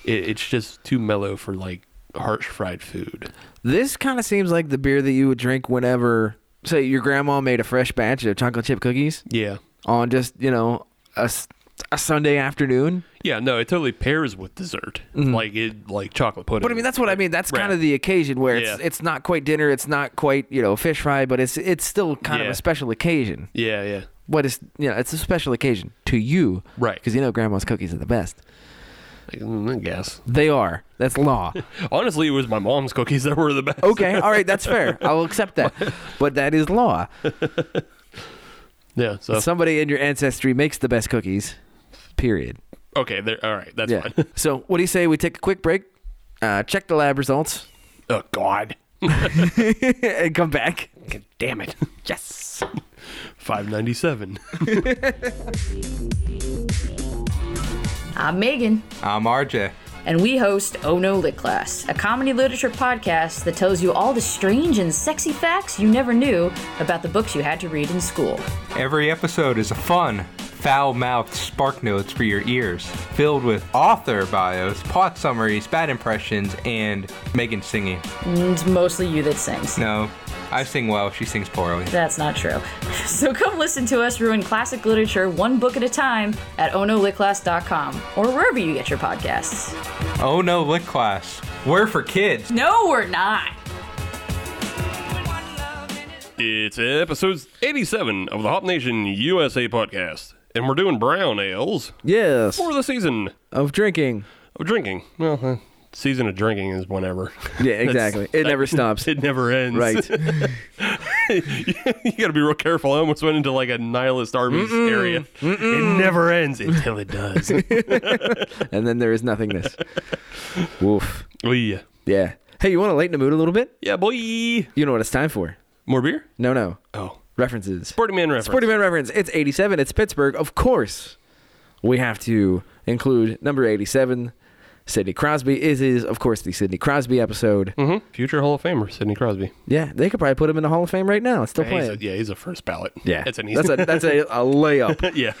Speaker 5: it, it's just too mellow for like harsh fried food.
Speaker 1: This kind of seems like the beer that you would drink whenever, say, your grandma made a fresh batch of chocolate chip cookies
Speaker 5: Yeah.
Speaker 1: on just, you know, a, s- a Sunday afternoon.
Speaker 5: Yeah, no, it totally pairs with dessert. Like it like chocolate pudding.
Speaker 1: Mm-hmm. But I mean, that's what I mean. That's
Speaker 5: Right.
Speaker 1: kind of the occasion where it's
Speaker 5: Yeah.
Speaker 1: it's not quite dinner, it's not quite you know fish fry, but it's it's still kind of
Speaker 5: Yeah.
Speaker 1: a special occasion.
Speaker 5: Yeah, yeah.
Speaker 1: But it's you know it's a special occasion to you,
Speaker 5: Right.
Speaker 1: Because you know grandma's cookies are the best.
Speaker 5: Like, mm, I guess.
Speaker 1: They are. That's law.
Speaker 5: Honestly, it was my mom's cookies that were the best.
Speaker 1: okay, all right, that's fair. I'll accept that. But that is law.
Speaker 5: Yeah, so
Speaker 1: Somebody in your ancestry makes the best cookies. Period.
Speaker 5: okay, there all right, that's
Speaker 1: Yeah.
Speaker 5: fine.
Speaker 1: so what do you say we take a quick break, uh, check the lab results,
Speaker 5: oh god.
Speaker 1: and come back?
Speaker 5: Damn it.
Speaker 1: Yes.
Speaker 5: 597.
Speaker 6: I'm Megan,
Speaker 8: I'm RJ.
Speaker 6: and we host Oh No Lit Class, a comedy literature podcast that tells you all the strange and sexy facts you never knew about the books you had to read in school.
Speaker 8: Every episode is a fun, foul mouthed spark notes for your ears, filled with author bios, plot summaries, bad impressions, and Megan singing.
Speaker 6: It's mostly you that sings.
Speaker 8: No, I sing well, she sings poorly.
Speaker 6: That's not true. So come listen to us ruin classic literature one book at a time at oh onolitclass.com or wherever you get your podcasts.
Speaker 8: Oh no, lit class. We're for kids.
Speaker 6: No, we're not.
Speaker 5: It's episode 87 of the Hop Nation USA podcast, and we're doing brown ales
Speaker 1: Yes.
Speaker 5: for the season
Speaker 1: Of drinking.
Speaker 5: of drinking. Well, uh, season of drinking is whenever.
Speaker 1: Yeah, exactly. It never stops.
Speaker 5: It never ends.
Speaker 1: Right.
Speaker 5: you got to be real careful. I almost went into like a nihilist Arby's area. It never ends until it does.
Speaker 1: and then there is nothingness. Woof.
Speaker 5: oh, yeah.
Speaker 1: Yeah. Hey, you want to lighten the mood a little bit?
Speaker 5: Yeah, boy.
Speaker 1: You know what it's time for?
Speaker 5: More beer?
Speaker 1: No, no.
Speaker 5: Oh.
Speaker 1: References.
Speaker 5: Sporty Man reference.
Speaker 1: Sporty Man reference. It's 87. It's Pittsburgh. Of course, we have to include number 87. Sidney Crosby is is of course the Sidney Crosby episode.
Speaker 5: Mhm. Future Hall of Famer, Sidney Crosby.
Speaker 1: Yeah, they could probably put him in the Hall of Fame right now. It's still
Speaker 5: He's a-
Speaker 1: playing.
Speaker 5: yeah, he's a first ballot.
Speaker 1: Yeah,
Speaker 5: That's an easy
Speaker 1: that's a that's a, a layup,
Speaker 5: Yeah.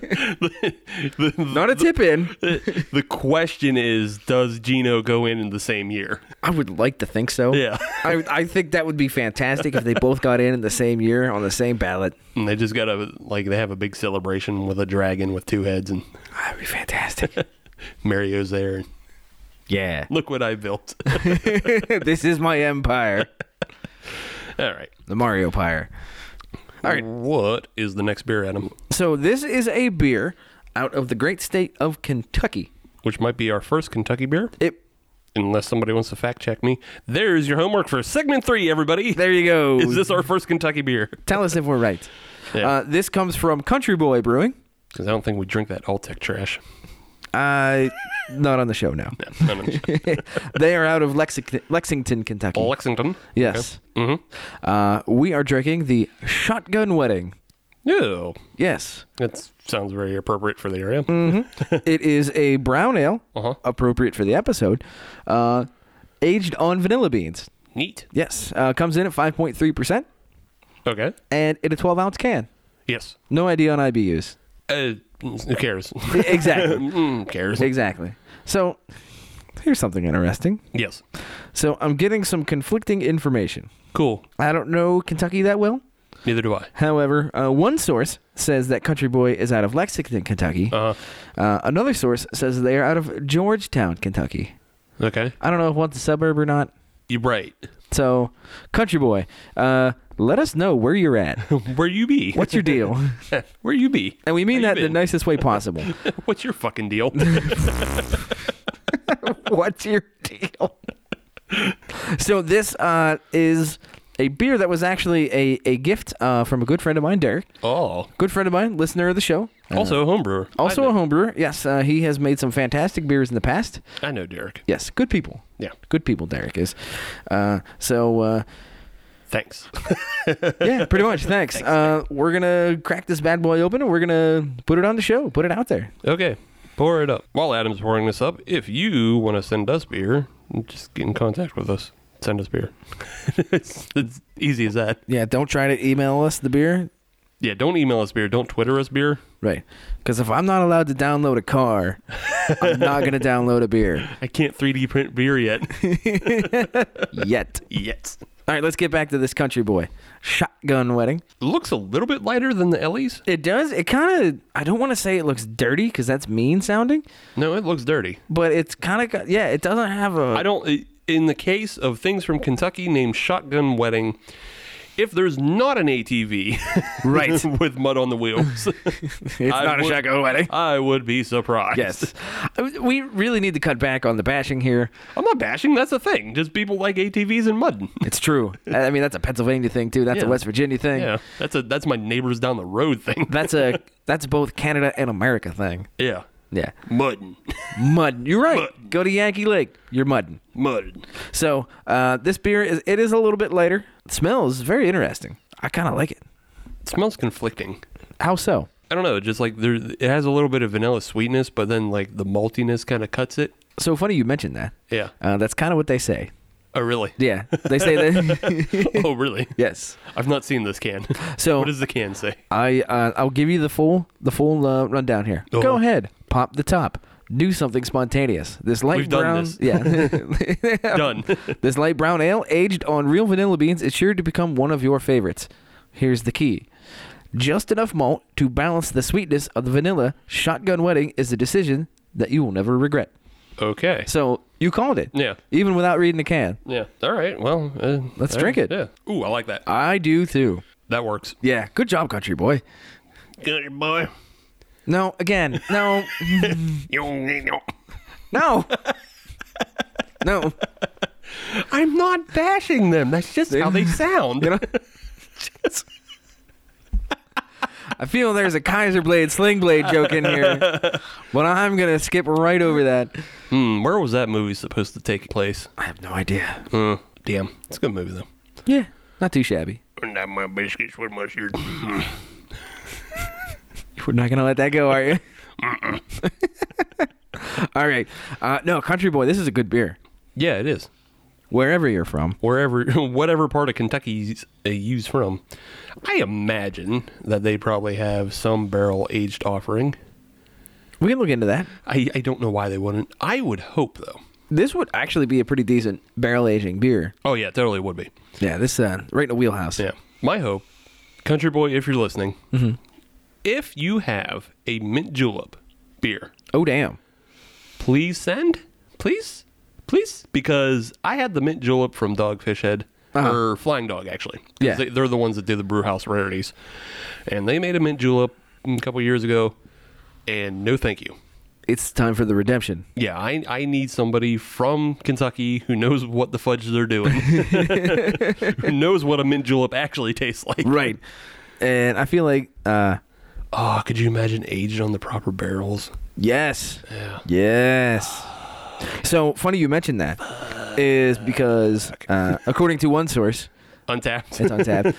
Speaker 5: the, the-
Speaker 1: not a tip in.
Speaker 5: the, the question is Does Gino go in in the same year?
Speaker 1: I would like to think so.
Speaker 5: Yeah.
Speaker 1: I I think that would be fantastic if they both got in in the same year on the same ballot.
Speaker 5: And they just got to, like, they have a big celebration with a dragon with two heads, and
Speaker 1: That'd be fantastic.
Speaker 5: Mario's there. And
Speaker 1: Yeah.
Speaker 5: look what I built.
Speaker 1: this is my empire.
Speaker 5: All right.
Speaker 1: The Mario Pyre. All right.
Speaker 5: What is the next beer, Adam?
Speaker 1: So this is a beer out of the great state of Kentucky.
Speaker 5: Which might be our first Kentucky beer,
Speaker 1: It
Speaker 5: unless somebody wants to fact check me. There's your homework for segment three, everybody.
Speaker 1: there you go.
Speaker 5: Is this our first Kentucky beer?
Speaker 1: Tell us if we're right.
Speaker 5: Yeah.
Speaker 1: Uh, this comes from Country Boy Brewing.
Speaker 5: Because I don't think we drink that Alltech trash.
Speaker 1: Uh, not on the show now.
Speaker 5: No, no, no.
Speaker 1: they are out of Lexi- Lexington, Kentucky.
Speaker 5: Lexington.
Speaker 1: yes.
Speaker 5: Mm-hmm.
Speaker 1: Uh, we are drinking the Shotgun Wedding.
Speaker 5: Ew.
Speaker 1: Yes.
Speaker 5: That sounds very appropriate for the area.
Speaker 1: it is a brown ale,
Speaker 5: Uh-huh.
Speaker 1: appropriate for the episode, uh, aged on vanilla beans.
Speaker 5: Neat.
Speaker 1: Yes. Uh, comes in at 5.3%
Speaker 5: Okay.
Speaker 1: and in a 12 ounce can.
Speaker 5: Yes.
Speaker 1: No idea on IBUs.
Speaker 5: Uh, who cares?
Speaker 1: exactly.
Speaker 5: Mm, cares?
Speaker 1: Exactly. So here's something interesting.
Speaker 5: Yes.
Speaker 1: So I'm getting some conflicting information.
Speaker 5: Cool.
Speaker 1: I don't know Kentucky that well.
Speaker 5: Neither do I.
Speaker 1: However, uh, one source says that Country Boy is out of Lexington, Kentucky.
Speaker 5: Uh,
Speaker 1: Uh, another source says they are out of Georgetown, Kentucky.
Speaker 5: okay.
Speaker 1: I don't know if one's a suburb or not.
Speaker 5: You're right.
Speaker 1: So, Country Boy, uh, let us know where you're at.
Speaker 5: Where you be?
Speaker 1: What's your deal?
Speaker 5: Where you be?
Speaker 1: And we mean
Speaker 5: How you
Speaker 1: that the
Speaker 5: been?
Speaker 1: nicest way possible.
Speaker 5: What's your fucking deal?
Speaker 1: What's your deal? so this uh, is a beer that was actually a, a gift uh, from a good friend of mine, Derek.
Speaker 5: Oh.
Speaker 1: Good friend of mine, listener of the show.
Speaker 5: Uh, Also a homebrewer. I
Speaker 1: Also
Speaker 5: know,
Speaker 1: a homebrewer. Yes, uh, he has made some fantastic beers in the past.
Speaker 5: I know Derek.
Speaker 1: Yes, good people.
Speaker 5: Yeah.
Speaker 1: Good people, Derek is. Uh, so, uh,
Speaker 5: Thanks.
Speaker 1: yeah, pretty much. Thanks. Uh, we're going to crack this bad boy open and we're going to put it on the show, put it out there.
Speaker 5: Okay, pour it up. While Adam's pouring this up, if you want to send us beer, just get in contact with us. Send us beer. it's, it's easy as that.
Speaker 1: Yeah, don't try to email us the beer.
Speaker 5: Yeah, don't email us beer. Don't Twitter us beer.
Speaker 1: Right. Because if I'm not allowed to download a car, I'm not going to download a beer
Speaker 5: I can't 3D print beer yet.
Speaker 1: yet.
Speaker 5: yet.
Speaker 1: All right, let's get back to this country boy. Shotgun wedding.
Speaker 5: Looks a little bit lighter than the Ellie's.
Speaker 1: It does. It kind of, I don't want to say it looks dirty because that's mean sounding,
Speaker 5: No, it looks dirty.
Speaker 1: but it's kind of, got yeah, it doesn't have a.
Speaker 5: I don't. In the case of things from Kentucky named Shotgun Wedding, if there's not an ATV,
Speaker 1: Right.
Speaker 5: with mud on the wheels,
Speaker 1: It's
Speaker 5: I
Speaker 1: not a
Speaker 5: would-
Speaker 1: shotgun wedding.
Speaker 5: I would be surprised.
Speaker 1: Yes. I- We really need to cut back on the bashing here.
Speaker 5: I'm not bashing. That's a thing. Just people like ATVs and mud.
Speaker 1: It's true. I I mean, that's a Pennsylvania thing too. That's a
Speaker 5: Yeah.
Speaker 1: West Virginia thing.
Speaker 5: Yeah, that's a that's my neighbors down the road thing.
Speaker 1: That's a that's both Canada and America thing.
Speaker 5: yeah,
Speaker 1: Yeah.
Speaker 5: mudding,
Speaker 1: Mud. You're right.
Speaker 5: Muddin'.
Speaker 1: Go to Yankee Lake. You're mudding.
Speaker 5: mudding.
Speaker 1: So uh, this beer is it is a little bit lighter. It smells very interesting. I kind of like it.
Speaker 5: It smells conflicting.
Speaker 1: How so?
Speaker 5: I don't know. Just like there, it has a little bit of vanilla sweetness, but then like the maltiness kind of cuts it.
Speaker 1: So funny you mentioned that.
Speaker 5: Yeah.
Speaker 1: Uh, that's kind of what they say.
Speaker 5: Oh really?
Speaker 1: Yeah. They say that.
Speaker 5: oh really?
Speaker 1: yes.
Speaker 5: I've not seen this can.
Speaker 1: So-
Speaker 5: what does the can say?
Speaker 1: I uh, I'll give you the full the full uh, rundown here.
Speaker 5: Oh.
Speaker 1: Go ahead, pop the top. Do something spontaneous. This light
Speaker 5: We've done
Speaker 1: brown,
Speaker 5: this.
Speaker 1: yeah,
Speaker 5: Done.
Speaker 1: this light brown ale aged on real vanilla beans is sure to become one of your favorites. Here's the key: just enough malt to balance the sweetness of the vanilla. Shotgun Wedding is a decision that you will never regret.
Speaker 5: okay.
Speaker 1: So you called it,
Speaker 5: Yeah.
Speaker 1: even without reading the can.
Speaker 5: Yeah. All right. Well, uh,
Speaker 1: Let's
Speaker 5: all
Speaker 1: drink
Speaker 5: right,
Speaker 1: it.
Speaker 5: Yeah. Ooh, I like that.
Speaker 1: I do too.
Speaker 5: That works.
Speaker 1: Yeah, good job, country boy.
Speaker 5: Good boy.
Speaker 1: No, again, no, no, no.
Speaker 5: I'm not bashing them. That's just how they sound.
Speaker 1: You know? I feel there's a Kaiser Blade, Sling Blade joke in here, but I'm going to skip right over that.
Speaker 5: Hmm, where was that movie supposed to take place?
Speaker 1: I have no idea.
Speaker 5: Uh, damn, it's a good movie though.
Speaker 1: Yeah, not too shabby.
Speaker 5: And have my biscuits with mustard.
Speaker 1: We're not going to let that go, are you? All right. Uh, no, Country Boy, this is a good beer.
Speaker 5: yeah, it is.
Speaker 1: Wherever you're from.
Speaker 5: Wherever, whatever part of Kentucky they use from, I imagine that they probably have some barrel aged offering.
Speaker 1: We can look into that.
Speaker 5: I, I don't know why they wouldn't. I would hope though.
Speaker 1: This would actually be a pretty decent barrel aging beer.
Speaker 5: Oh yeah, totally would be.
Speaker 1: Yeah, this uh, right in the wheelhouse.
Speaker 5: Yeah, my hope, country boy, if you're listening, if you have a mint julep beer,
Speaker 1: Oh, damn.
Speaker 5: please send, please, please, because I had the mint julep from Dogfish Head
Speaker 1: Uh-huh.
Speaker 5: or Flying Dog actually. 'Cause
Speaker 1: Yeah.
Speaker 5: they, they're the ones that do the brew house rarities, and they made a mint julep a couple years ago, and no thank you.
Speaker 1: It's time for the redemption.
Speaker 5: Yeah, I, I need somebody from Kentucky who knows what the fudge they're doing, who knows what a mint julep actually tastes like.
Speaker 1: Right. And I feel like, uh,
Speaker 5: Oh, could you imagine aged on the proper barrels?
Speaker 1: Yes. Yes. So funny you mentioned that is because uh, according to one source,
Speaker 5: Untapped.
Speaker 1: it's on tap.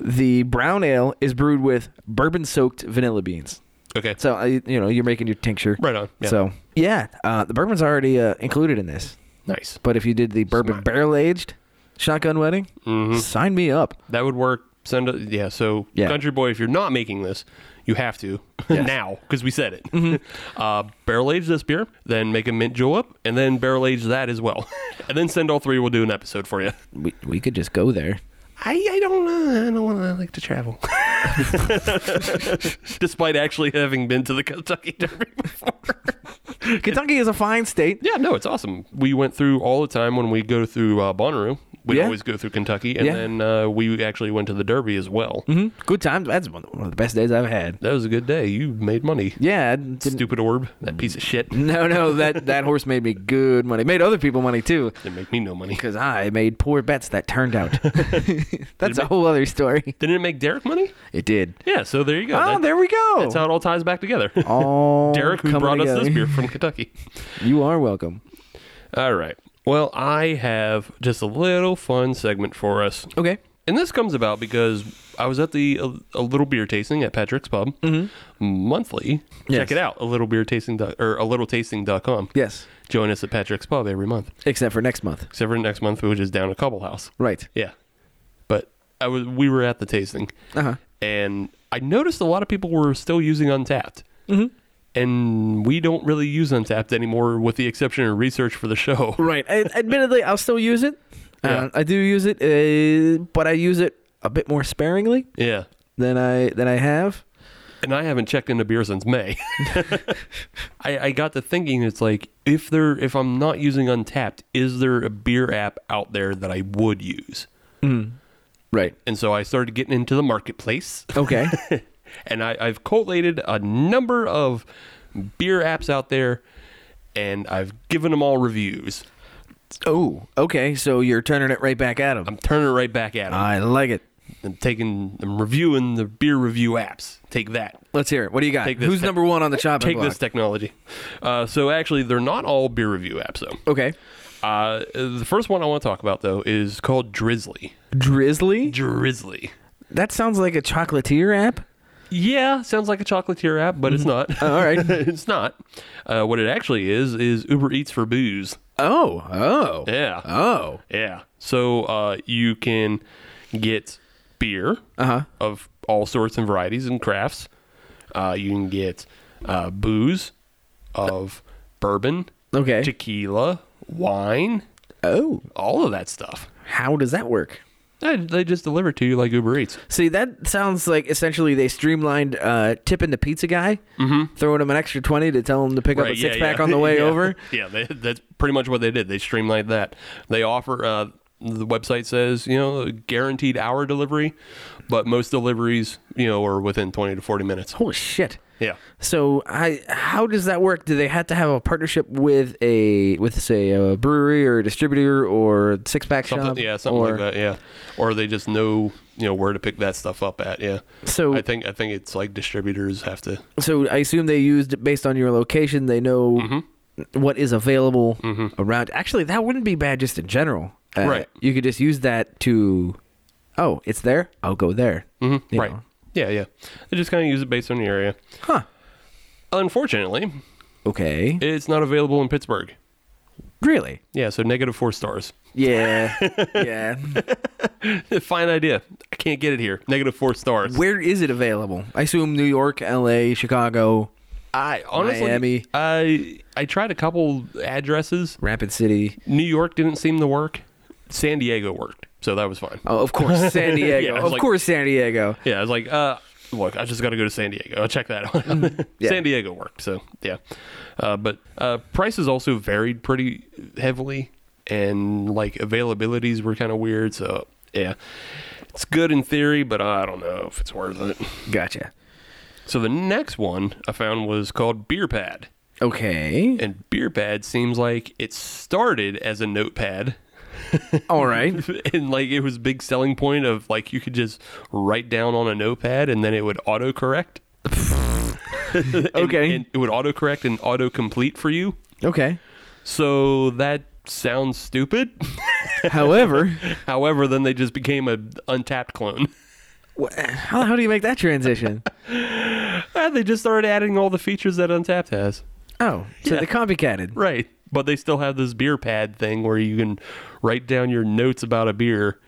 Speaker 1: the brown ale is brewed with bourbon-soaked vanilla beans.
Speaker 5: okay.
Speaker 1: So uh, you you know you're making your tincture.
Speaker 5: Right on, yeah.
Speaker 1: So yeah, uh, the bourbon's already uh, included in this.
Speaker 5: nice.
Speaker 1: But if you did the bourbon barrel-aged shotgun wedding,
Speaker 5: Mm-hmm.
Speaker 1: sign me up.
Speaker 5: That would work. Send a, yeah. So
Speaker 1: Yeah.
Speaker 5: country boy, if you're not making this, you have to now because we said it. Uh, barrel age this beer, then make a mint julep, and then barrel age that as well, and then send all three. We'll do an episode for you.
Speaker 1: We we could just go there.
Speaker 5: I, I don't uh, I don't want to like to travel, despite actually having been to the Kentucky Derby before.
Speaker 1: Kentucky is a fine state.
Speaker 5: Yeah, no, it's awesome. We went through all the time when we go through uh, Bonnaroo. We'd
Speaker 1: Yeah.
Speaker 5: always go through Kentucky, and
Speaker 1: Yeah.
Speaker 5: then uh, we actually went to the Derby as well.
Speaker 1: Hmm? Good times. That's one one of the best days I've had.
Speaker 5: That was a good day. You made money.
Speaker 1: Yeah. I didn't- Mm.
Speaker 5: Stupid orb, that piece of shit. It
Speaker 1: No, no, that, that horse made me good money. Made other people money too,
Speaker 5: make me no money.
Speaker 1: because I made poor bets that turned out. That's a whole other story.
Speaker 5: Didn't it make Derek money?
Speaker 1: It did.
Speaker 5: Yeah. So there you go.
Speaker 1: Oh,
Speaker 5: That-
Speaker 1: there we go.
Speaker 5: That's how it all ties back together.
Speaker 1: All
Speaker 5: Derek, who
Speaker 1: coming
Speaker 5: brought us this
Speaker 1: together.
Speaker 5: beer from Kentucky.
Speaker 1: You are welcome.
Speaker 5: All right. Well, I have just a little fun segment for us.
Speaker 1: Okay.
Speaker 5: And this comes about because I was at the a, a little beer tasting at Patrick's Pub monthly. Check
Speaker 1: Mm-hmm. Yes.
Speaker 5: it out, a little beer tasting dot- or a little tasting.com.
Speaker 1: Yes.
Speaker 5: Join us at Patrick's Pub every month,
Speaker 1: Except for next month.
Speaker 5: except for next month, which is down at Cobble House.
Speaker 1: Right.
Speaker 5: Yeah. But I was we were at the tasting.
Speaker 1: Uh-huh.
Speaker 5: And I noticed a lot of people were still using Untapped. Mm-hmm. And we don't really use Untapped anymore, with the exception of research for the show.
Speaker 1: Right. And admittedly, I'll still use it.
Speaker 5: Yeah.
Speaker 1: Uh, I do use it, uh, but I use it a bit more sparingly
Speaker 5: Yeah.
Speaker 1: than I than I have.
Speaker 5: And I haven't checked into beer since May. I, I got to thinking, it's like if there, if I'm not using Untapped, is there a beer app out there that I would use?
Speaker 1: Right.
Speaker 5: And so I started getting into the marketplace.
Speaker 1: Okay.
Speaker 5: and I, I've collated a number of beer apps out there, and I've given them all reviews.
Speaker 1: oh. Okay. So you're turning it right back at him.
Speaker 5: I'm turning it right back at them.
Speaker 1: I like it.
Speaker 5: I'm taking, I'm reviewing the beer review apps. Take that.
Speaker 1: Let's hear it. What do you got?
Speaker 5: Take this
Speaker 1: Who's
Speaker 5: tech-
Speaker 1: number one on the chopping
Speaker 5: Take
Speaker 1: block?
Speaker 5: this technology. Uh, so actually, they're not all beer review apps though.
Speaker 1: okay.
Speaker 5: Uh, the first one I want to talk about though is called Drizzly.
Speaker 1: Drizzly.
Speaker 5: Drizzly.
Speaker 1: That sounds like a chocolatier app.
Speaker 5: Yeah, sounds like a chocolatier app, but it's not.
Speaker 1: all right.
Speaker 5: it's not. Uh, what it actually is is Uber Eats for booze.
Speaker 1: Oh. Oh.
Speaker 5: Yeah.
Speaker 1: Oh.
Speaker 5: Yeah. So uh, you can get beer
Speaker 1: Uh-huh.
Speaker 5: of all sorts and varieties and crafts. Uh, you can get uh, booze of bourbon,
Speaker 1: Okay.
Speaker 5: tequila, wine,
Speaker 1: Oh.
Speaker 5: all of that stuff.
Speaker 1: How does that work?
Speaker 5: They- They just deliver it to you like Uber Eats.
Speaker 1: See, that sounds like essentially they streamlined uh, tipping the pizza guy, throwing him an extra 20 to tell him to pick up a
Speaker 5: Mm-hmm. Right, yeah,
Speaker 1: six pack
Speaker 5: yeah.
Speaker 1: on the way
Speaker 5: Yeah.
Speaker 1: over.
Speaker 5: Yeah, they, that's pretty much what they did. They streamlined that. They offer uh, the website says you know guaranteed hour delivery, but most deliveries you know are within twenty to forty minutes.
Speaker 1: Holy shit.
Speaker 5: Yeah,
Speaker 1: So I, how does that work? Do they have to have a partnership with a with say a brewery or a distributor or six pack
Speaker 5: something,
Speaker 1: shop?
Speaker 5: yeah, something
Speaker 1: or-
Speaker 5: like that. Yeah, or they just know you know where to pick that stuff up at. Yeah.
Speaker 1: So-
Speaker 5: I think I think it's like distributors have to.
Speaker 1: So I assume they used it based on your location. They know
Speaker 5: Mm-hmm.
Speaker 1: what is available around. Actually, that wouldn't be bad just in general. Uh,
Speaker 5: Right.
Speaker 1: You could just use that to, oh, it's there. I'll go there. You
Speaker 5: Mm-hmm. right.
Speaker 1: know.
Speaker 5: Yeah, yeah. They just kind of use it based on the area.
Speaker 1: Huh.
Speaker 5: Unfortunately,
Speaker 1: Okay.
Speaker 5: it's not available in Pittsburgh.
Speaker 1: Really?
Speaker 5: Yeah, so negative four stars.
Speaker 1: Yeah. yeah.
Speaker 5: Fine idea. I can't get it here. Negative four stars.
Speaker 1: Where is it available? I assume New York, L.A., Chicago,
Speaker 5: I honestly,
Speaker 1: Miami.
Speaker 5: I I tried a couple addresses.
Speaker 1: Rapid City.
Speaker 5: New York didn't seem to work. San Diego worked, so that was fine.
Speaker 1: Oh, of course, San Diego.
Speaker 5: it's
Speaker 1: of
Speaker 5: like-
Speaker 1: course, San Diego.
Speaker 5: Yeah, I was like, uh, look, I just got to go to San Diego. I'll check that out.
Speaker 1: yeah.
Speaker 5: San Diego worked, so yeah. Uh, but uh, prices also varied pretty heavily, and like availabilities were kind of weird. So yeah, it's good in theory, but I don't know if it's worth it.
Speaker 1: Gotcha.
Speaker 5: So the next one I found was called Beer Pad.
Speaker 1: Okay.
Speaker 5: and beer pad seems like it started as a notepad
Speaker 1: All right.
Speaker 5: and like it was a big selling point of like you could just write down on a notepad and then it would autocorrect And-
Speaker 1: Okay.
Speaker 5: and it would autocorrect and autocomplete for you
Speaker 1: Okay.
Speaker 5: so that sounds stupid
Speaker 1: However,
Speaker 5: however then they just became a untapped clone
Speaker 1: wh- how, how do you make that transition?
Speaker 5: Ah, they just started adding all the features that untapped has
Speaker 1: Oh, so
Speaker 5: Yeah.
Speaker 1: they copycatted.
Speaker 5: right but they still have this beer pad thing where you can write down your notes about a beer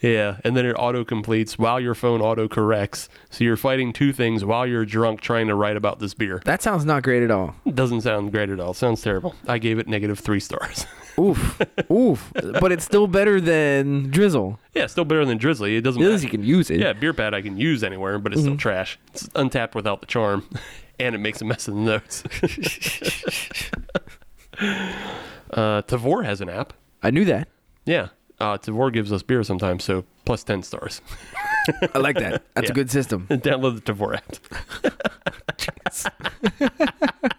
Speaker 5: yeah and then it auto completes while your phone auto corrects so you're fighting two things while you're drunk trying to write about this beer
Speaker 1: That sounds not great at all.
Speaker 5: doesn't sound great at all sounds terrible i gave it negative three stars
Speaker 1: Oof. Oof. But it's still better than Drizzle.
Speaker 5: yeah still better than drizzly it doesn't
Speaker 1: At least
Speaker 5: matter.
Speaker 1: you can use it. Mm-hmm.
Speaker 5: yeah beer pad i can use anywhere but it's still trash it's untapped without the charm and it makes a mess of the notes uh, tavor has an app
Speaker 1: I knew that.
Speaker 5: Yeah. Uh, Tavor gives us beer sometimes, so plus 10 stars.
Speaker 1: I like that. That's a
Speaker 5: Yeah.
Speaker 1: good system.
Speaker 5: Download the Tavor app.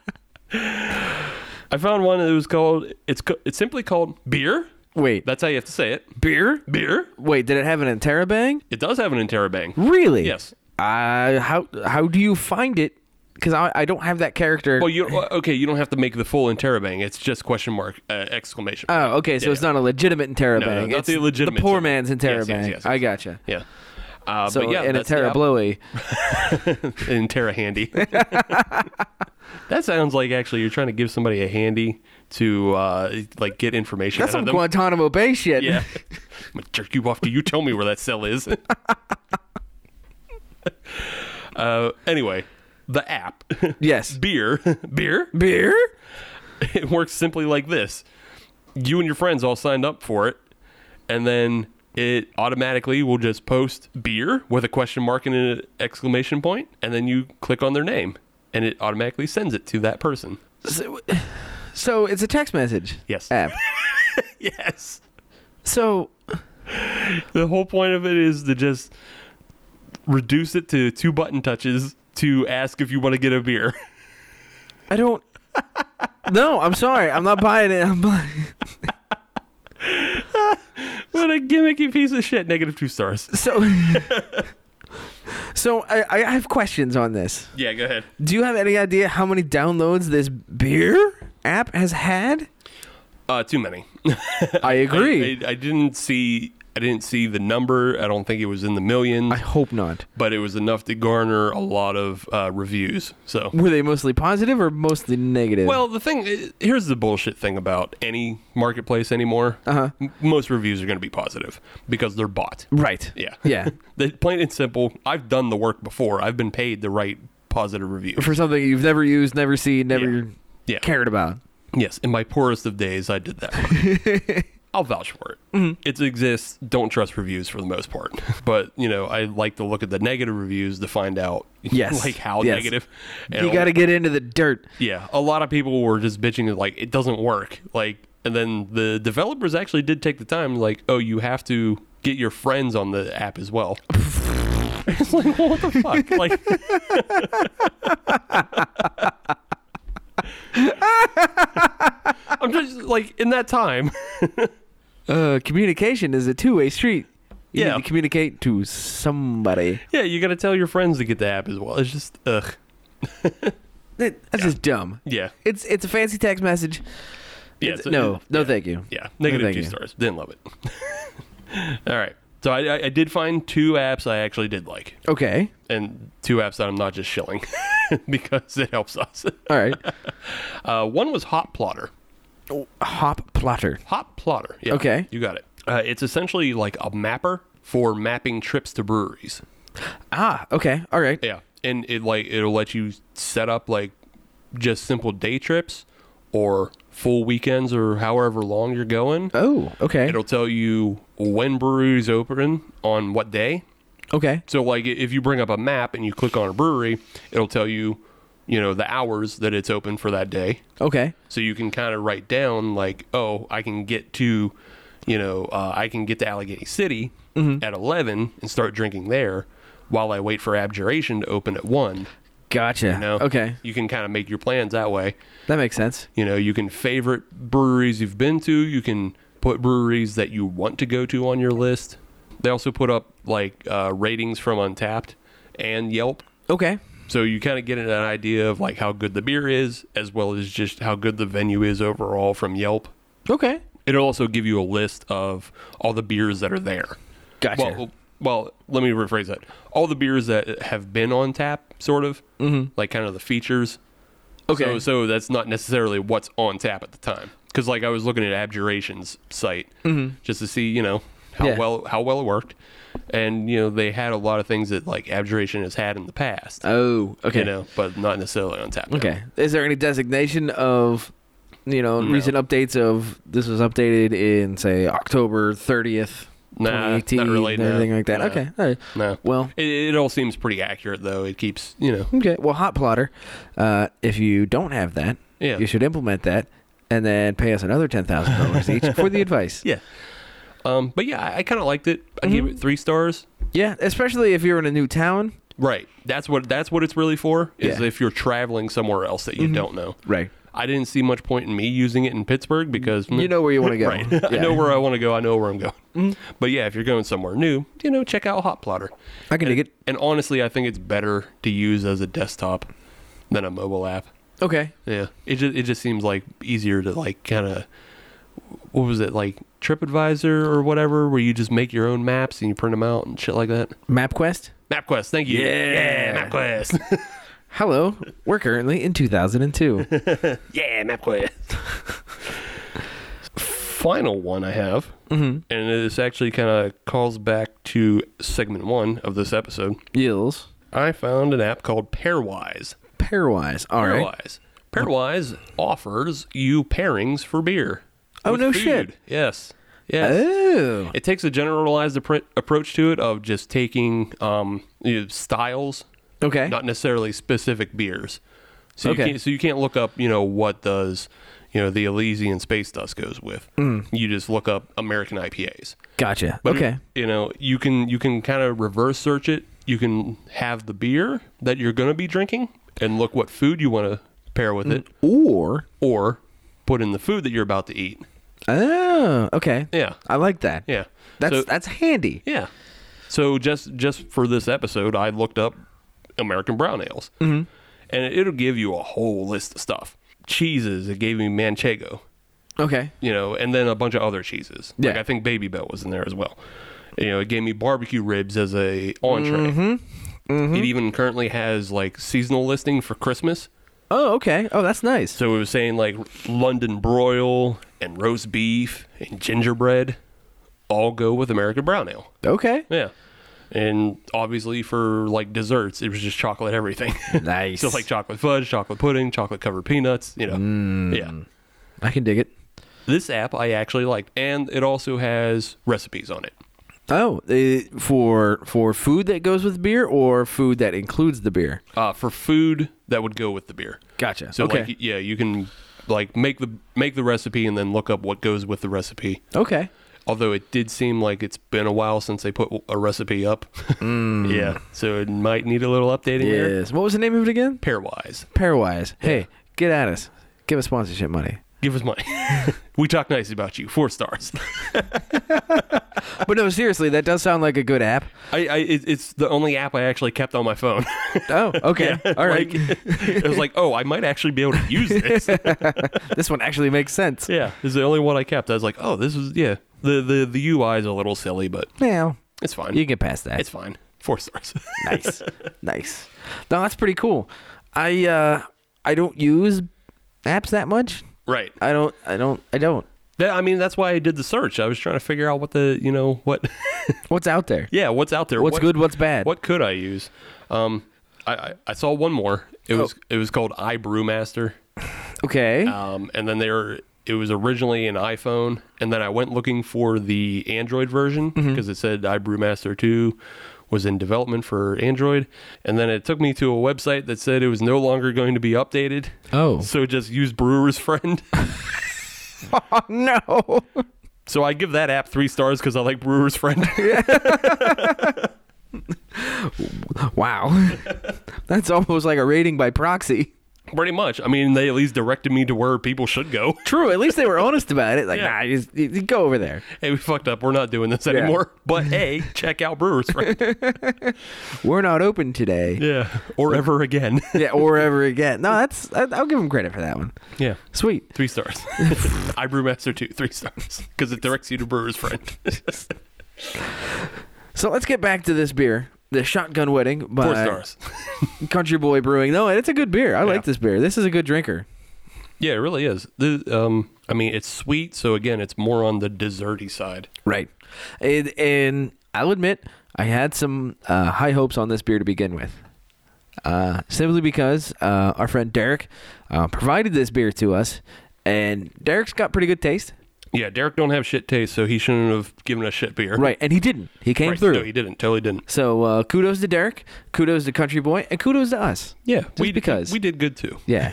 Speaker 5: I found one that was called, it's, co- it's simply called Beer.
Speaker 1: Wait,
Speaker 5: That's how you have to say it.
Speaker 1: beer?
Speaker 5: Beer.
Speaker 1: Wait, did it have an interrobang?
Speaker 5: It does have an interrobang.
Speaker 1: Really?
Speaker 5: Yes.
Speaker 1: Uh, how how do you find it? Because I, I don't have that character.
Speaker 5: Well, you well, okay? You don't have to make the full interrobang. It's just question mark uh, exclamation. mark.
Speaker 1: oh, okay. So it's not a legitimate interrobang.
Speaker 5: No, no, not
Speaker 1: it's
Speaker 5: the legitimate
Speaker 1: poor
Speaker 5: interrobang.
Speaker 1: man's
Speaker 5: Yes, yes,
Speaker 1: interrobang.
Speaker 5: yes, yes.
Speaker 1: I gotcha.
Speaker 5: yeah. Uh,
Speaker 1: So
Speaker 5: but yeah,
Speaker 1: in a
Speaker 5: that's the app-
Speaker 1: blowy.
Speaker 5: in Terra Handy. that sounds like actually you're trying to give somebody a handy to uh, like get information.
Speaker 1: That's
Speaker 5: out
Speaker 1: some
Speaker 5: of them.
Speaker 1: Guantanamo Bay shit.
Speaker 5: Yeah, I'm gonna jerk you off. Do you tell me where that cell is? uh, anyway, the app
Speaker 1: Yes.
Speaker 5: beer beer
Speaker 1: Beer?
Speaker 5: it works simply like this you and your friends all signed up for it and then it automatically will just post beer with a question mark and an exclamation point and then you click on their name and it automatically sends it to that person
Speaker 1: So, so it's a text message.
Speaker 5: Yes.
Speaker 1: App.
Speaker 5: yes
Speaker 1: So
Speaker 5: the whole point of it is to just reduce it to two button touches to ask if you want to get a beer
Speaker 1: I don't. No, I'm sorry. I'm not buying it. I'm buying.
Speaker 5: what a gimmicky piece of shit negative two stars
Speaker 1: So. So I, I have questions on this.
Speaker 5: yeah go ahead
Speaker 1: Do you have any idea how many downloads this beer app has had?
Speaker 5: uh too many
Speaker 1: I agree.
Speaker 5: I, I, I didn't see I didn't see the number. I don't think it was in the millions,
Speaker 1: I hope not.
Speaker 5: but it was enough to garner a lot of uh, reviews. So
Speaker 1: Were they mostly positive or mostly negative?
Speaker 5: well, the thing i- here's the bullshit thing about any marketplace anymore. Uh-huh. most reviews are going to be positive because they're bought.
Speaker 1: right.
Speaker 5: Yeah.
Speaker 1: Yeah.
Speaker 5: They- plain and simple. I've done the work before. I've been paid to write positive reviews.
Speaker 1: For something you've never used, never seen, never
Speaker 5: Yeah. Yeah.
Speaker 1: cared about.
Speaker 5: Yes, in my poorest of days, I did that. I'll vouch for it.
Speaker 1: Mm-hmm.
Speaker 5: It exists. Don't trust reviews for the most part. But you know, I like to look at the negative reviews to find out,
Speaker 1: Yes.
Speaker 5: like how
Speaker 1: Yes.
Speaker 5: negative. And
Speaker 1: You got to get into the dirt.
Speaker 5: yeah. A lot of people were just bitching like it doesn't work. Like, and then the developers actually did take the time, like, oh, you have to get your friends on the app as well. it's like, well, what the fuck? Like. I'm just like in that time.
Speaker 1: Uh, communication is a two-way street. You
Speaker 5: Yeah.
Speaker 1: need to communicate to somebody.
Speaker 5: Yeah, you got to tell your friends to get the app as well. It's just ugh.
Speaker 1: That- That's just dumb.
Speaker 5: Yeah.
Speaker 1: It's it's a fancy text message.
Speaker 5: Yeah.
Speaker 1: It's-
Speaker 5: so-
Speaker 1: no, no, thank you.
Speaker 5: Yeah, negative
Speaker 1: thank
Speaker 5: two
Speaker 1: you.
Speaker 5: stars. Didn't love it. All right. So I, I, I did find two apps I actually did like,
Speaker 1: Okay,
Speaker 5: and two apps that I'm not just shilling because it helps us.
Speaker 1: all right.
Speaker 5: Uh, one was Hot Plotter.
Speaker 1: Hop plotter.
Speaker 5: Hot Plotter. Yeah,
Speaker 1: Okay.
Speaker 5: You got it. Uh, it's essentially like a mapper for mapping trips to breweries.
Speaker 1: Ah, okay, all right.
Speaker 5: Yeah, and it like it'll let you set up like just simple day trips or full weekends or however long you're going.
Speaker 1: Oh, okay,
Speaker 5: It'll tell you when breweries open on what day.
Speaker 1: okay.
Speaker 5: So like i- if you bring up a map and you click on a brewery, it'll tell you, you know, the hours that it's open for that day.
Speaker 1: Okay.
Speaker 5: So you can kind of write down like, oh, I can get to, you know, uh, I can get to Allegheny City at eleven and start drinking there, while I wait for Abjuration to open at one.
Speaker 1: Gotcha.
Speaker 5: You know,
Speaker 1: Okay.
Speaker 5: you can kind of make your plans that way.
Speaker 1: That makes sense.
Speaker 5: You know, you can favorite breweries you've been to. You can put breweries that you want to go to on your list. They also put up like uh, ratings from Untapped and Yelp,
Speaker 1: Okay.
Speaker 5: so you kind of get an idea of like how good the beer is, as well as just how good the venue is overall from Yelp.
Speaker 1: Okay.
Speaker 5: It'll also give you a list of all the beers that are there.
Speaker 1: Gotcha.
Speaker 5: Well, well, let me rephrase that. All the beers that have been on tap, sort of, mm-hmm. like kind of the features.
Speaker 1: Okay.
Speaker 5: So, so that's not necessarily what's on tap at the time. Because like I was looking at Abjuration's site
Speaker 1: Mm-hmm.
Speaker 5: just to see, you know, how
Speaker 1: Yeah.
Speaker 5: well how well it worked, and you know they had a lot of things that like Abjuration has had in the past,
Speaker 1: oh, okay.
Speaker 5: you know, but not necessarily on tap. now.
Speaker 1: Okay. Is there any designation of, you know, recent updates of this was updated in say October thirtieth,
Speaker 5: Nah,
Speaker 1: twenty eighteen,
Speaker 5: not really, no.
Speaker 1: anything like that?
Speaker 5: No.
Speaker 1: Okay. All right.
Speaker 5: No.
Speaker 1: Well.
Speaker 5: It, it all seems pretty accurate though. It keeps you know.
Speaker 1: Okay. Well, hot plotter. Uh, if you don't have that,
Speaker 5: Yeah.
Speaker 1: you should implement that, and then pay us another ten thousand dollars each for the advice.
Speaker 5: Yeah. Um, but yeah, I, I kind of liked it. I gave
Speaker 1: Mm-hmm.
Speaker 5: it three stars.
Speaker 1: Yeah, especially if you're in a new town.
Speaker 5: Right. That's what that's what it's really for. Is
Speaker 1: Yeah. Mm-hmm.
Speaker 5: if you're traveling somewhere else that you don't know.
Speaker 1: Right.
Speaker 5: I didn't see much point in me using it in Pittsburgh because
Speaker 1: You know where you want to go.
Speaker 5: Right. I
Speaker 1: Yeah. Mm-hmm.
Speaker 5: know where I want to go. I know where I'm going. But yeah, if you're going somewhere new, you know, check out Hot Plotter.
Speaker 1: I can
Speaker 5: and,
Speaker 1: dig it.
Speaker 5: And honestly, I think it's better to use as a desktop than a mobile app.
Speaker 1: Okay.
Speaker 5: Yeah. It just it just seems like easier to like kind of what was it like TripAdvisor or whatever, where you just make your own maps and you print them out and shit like that.
Speaker 1: MapQuest.
Speaker 5: MapQuest, thank you.
Speaker 1: Yeah.
Speaker 5: MapQuest.
Speaker 1: Hello. We're currently in 2002.
Speaker 5: yeah, MapQuest. Final one I have,
Speaker 1: Mm-hmm.
Speaker 5: and this actually kind of calls back to segment one of this episode.
Speaker 1: Yills.
Speaker 5: I found an app called Pairwise.
Speaker 1: Pairwise. All right.
Speaker 5: Pairwise. Pairwise offers you pairings for beer.
Speaker 1: Oh,
Speaker 5: with
Speaker 1: no shit.
Speaker 5: Yes. Yes.
Speaker 1: Oh.
Speaker 5: It takes a generalized appro- approach to it of just taking um, you know, styles,
Speaker 1: Okay.
Speaker 5: not necessarily specific beers. So
Speaker 1: Okay.
Speaker 5: you can't, so you can't look up, you know, what does, you know, the Elysian Space Dust goes with. You just look up American IPAs.
Speaker 1: gotcha.
Speaker 5: But
Speaker 1: Hmm. okay.
Speaker 5: you know, you can you can kind of reverse search it. You can have the beer that you're going to be drinking and look what food you want to pair
Speaker 1: Mm.
Speaker 5: with it
Speaker 1: Or.
Speaker 5: or put in the food that you're about to eat.
Speaker 1: Oh. Okay.
Speaker 5: Yeah.
Speaker 1: I like that.
Speaker 5: Yeah.
Speaker 1: That's
Speaker 5: So-
Speaker 1: that's handy.
Speaker 5: Yeah. So just just for this episode, I looked up American brown ales, mm-hmm. and it'll give you a whole list of stuff. Cheeses, it gave me manchego,
Speaker 1: Okay.
Speaker 5: you know, and then a bunch of other cheeses. Like
Speaker 1: Yeah.
Speaker 5: I think Baby Bell was in there as well. You know, it gave me barbecue ribs as a entree. It even currently has like seasonal listing for Christmas.
Speaker 1: Oh. Okay. Oh, that's nice.
Speaker 5: So it was saying like London broil and roast beef and gingerbread all go with American brown ale.
Speaker 1: Okay.
Speaker 5: Yeah. And obviously for like desserts, it was just chocolate everything.
Speaker 1: Nice.
Speaker 5: so like chocolate fudge, chocolate pudding, chocolate covered peanuts, you know.
Speaker 1: Mm.
Speaker 5: Yeah.
Speaker 1: I can dig it.
Speaker 5: This app I actually liked and it also has recipes on it.
Speaker 1: Oh, uh, for for food that goes with beer or food that includes the beer.
Speaker 5: Uh, for food that would go with the beer.
Speaker 1: Gotcha.
Speaker 5: So
Speaker 1: okay.
Speaker 5: like yeah, you can like make the make the recipe and then look up what goes with the recipe.
Speaker 1: okay.
Speaker 5: Although it did seem like it's been a while since they put a recipe up.
Speaker 1: Mm.
Speaker 5: Yeah. So it might need a little updating there.
Speaker 1: Yes. What was the name of it again?
Speaker 5: Pairwise.
Speaker 1: Pairwise. Hey, get at us. Give us sponsorship money.
Speaker 5: Give us money. we talk nice about you. Four stars.
Speaker 1: But no, seriously, that does sound like a good app.
Speaker 5: I, I it, it's the only app I actually kept on my phone.
Speaker 1: Oh, okay. All right.
Speaker 5: like, it was like, oh, I might actually be able to use this.
Speaker 1: this one actually makes sense.
Speaker 5: yeah, this is the only one I kept. I was like, oh, this is yeah. The the the UI is a little silly, but
Speaker 1: Now,
Speaker 5: it's fine.
Speaker 1: you can get past that.
Speaker 5: it's fine. Four stars.
Speaker 1: nice. nice. No, that's pretty cool. I uh I don't use apps that much.
Speaker 5: right.
Speaker 1: I don't I don't I don't.
Speaker 5: That, I mean, that's why I did the search. I was trying to figure out what the you know what.
Speaker 1: What's out there?
Speaker 5: yeah, what's out there?
Speaker 1: What's
Speaker 5: What-
Speaker 1: good, what's bad?
Speaker 5: What could I use? Um, I I, I saw one more. It
Speaker 1: Oh.
Speaker 5: was it was called iBrewmaster.
Speaker 1: Okay.
Speaker 5: um, and then they were, it was originally an iPhone, and then I went looking for the Android version because it said iBrewmaster 2 was in development for Android, and then it took me to a website that said it was no longer going to be updated.
Speaker 1: Oh.
Speaker 5: so just use Brewer's Friend.
Speaker 1: no.
Speaker 5: so I give that app three stars because I like Brewer's Friend.
Speaker 1: Wow. That's almost like a rating by proxy.
Speaker 5: Pretty much. I mean, they at least directed me to where people should go.
Speaker 1: True. At least they were honest about it. Like,
Speaker 5: Yeah.
Speaker 1: nah, you, just- you- you go over there.
Speaker 5: hey, we fucked up. We're not doing this anymore. But hey, check out Brewer's Friend.
Speaker 1: We're not open today.
Speaker 5: yeah, or ever again.
Speaker 1: Yeah, or ever again. No, that's I, I'll give them credit for that one.
Speaker 5: yeah.
Speaker 1: Sweet.
Speaker 5: Three stars. I Brewmaster 2, three stars. Because it directs you to Brewer's Friend.
Speaker 1: So let's get back to this beer, the Shotgun Wedding by
Speaker 5: Four stars.
Speaker 1: Country Boy Brewing. No, it's a good beer. I like this beer. This is a good drinker.
Speaker 5: Yeah, it really is. The, um, I mean, it's sweet, so again, it's more on the desserty side.
Speaker 1: Right. And, and I'll admit, I had some uh, high hopes on this beer to begin with. Uh, simply because uh, our friend Derek uh, provided this beer to us, and Derek's got pretty good taste.
Speaker 5: Yeah, Derek don't have shit taste, so he shouldn't have given us shit beer.
Speaker 1: Right. And he didn't. He came
Speaker 5: Right,
Speaker 1: through.
Speaker 5: No, he didn't. Totally didn't.
Speaker 1: so uh, kudos to Derek, kudos to Country Boy, and kudos to us.
Speaker 5: Yeah,
Speaker 1: Just
Speaker 5: we
Speaker 1: because.
Speaker 5: we did good too.
Speaker 1: Yeah.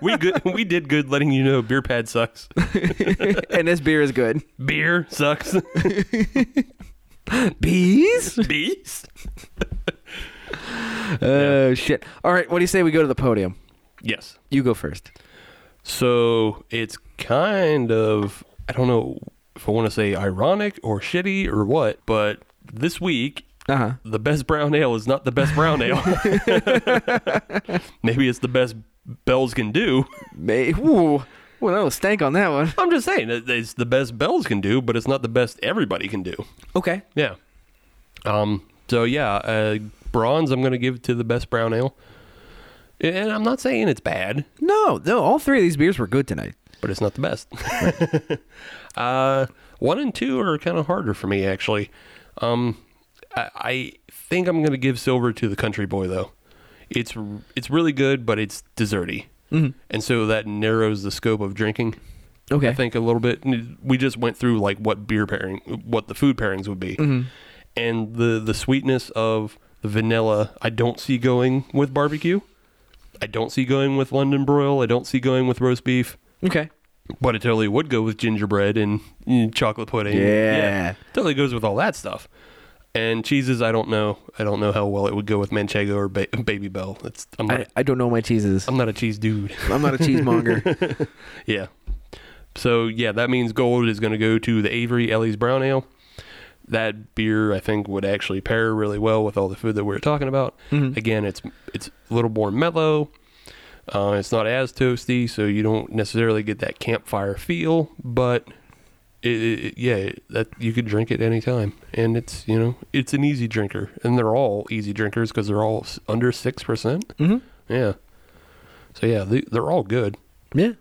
Speaker 5: we good, we did good letting you know beer pad sucks.
Speaker 1: and this beer is good.
Speaker 5: Beer sucks.
Speaker 1: Bees?
Speaker 5: Bees.
Speaker 1: Oh, shit. All right, what do you say we go to the podium?
Speaker 5: Yes.
Speaker 1: You go first.
Speaker 5: So it's kind of I don't know if I want to say ironic or shitty or what, but this week
Speaker 1: Uh huh.
Speaker 5: the best brown ale is not the best brown ale. Maybe it's the best bells can do.
Speaker 1: May- Ooh. Well, that was stank on that one.
Speaker 5: I'm just saying that it's the best bells can do, but it's not the best everybody can do.
Speaker 1: Okay.
Speaker 5: Yeah. Um. So yeah, uh, bronze I'm gonna give to the best brown ale, and I'm not saying it's bad,
Speaker 1: No, no, all three of these beers were good tonight.
Speaker 5: but it's not the best. uh, one and two are kind of harder for me actually. Um, I, I think I'm gonna give silver to the country boy though. It's r- it's really good, but it's desserty, and so that narrows the scope of drinking.
Speaker 1: Okay.
Speaker 5: I think a little bit. We just went through like what beer pairing, what the food pairings would be, and the the sweetness of the vanilla. I don't see going with barbecue. I don't see going with London broil. I don't see going with roast beef.
Speaker 1: Okay.
Speaker 5: But it totally would go with gingerbread and mm, chocolate pudding.
Speaker 1: Yeah.
Speaker 5: totally goes with all that stuff. And cheeses, I don't know. I don't know how well it would go with manchego or ba- baby bell. It's I'm not.
Speaker 1: I,
Speaker 5: a
Speaker 1: I don't know my cheeses.
Speaker 5: am not a cheese dude.
Speaker 1: I'm not a cheesemonger.
Speaker 5: Yeah. So yeah, that means gold is going to go to the Avery Ellie's Brown Ale. That beer, I think, would actually pair really well with all the food that we are talking about. Again, it's it's a little more mellow. Uh, it's not as toasty, so you don't necessarily get that campfire feel. But it, it, it- yeah, that you could drink it anytime, and it's you know it's an easy drinker, and they're all easy drinkers because they're all s- under six percent. Mm-hmm. Yeah. So yeah, they, they're all good
Speaker 1: yeah.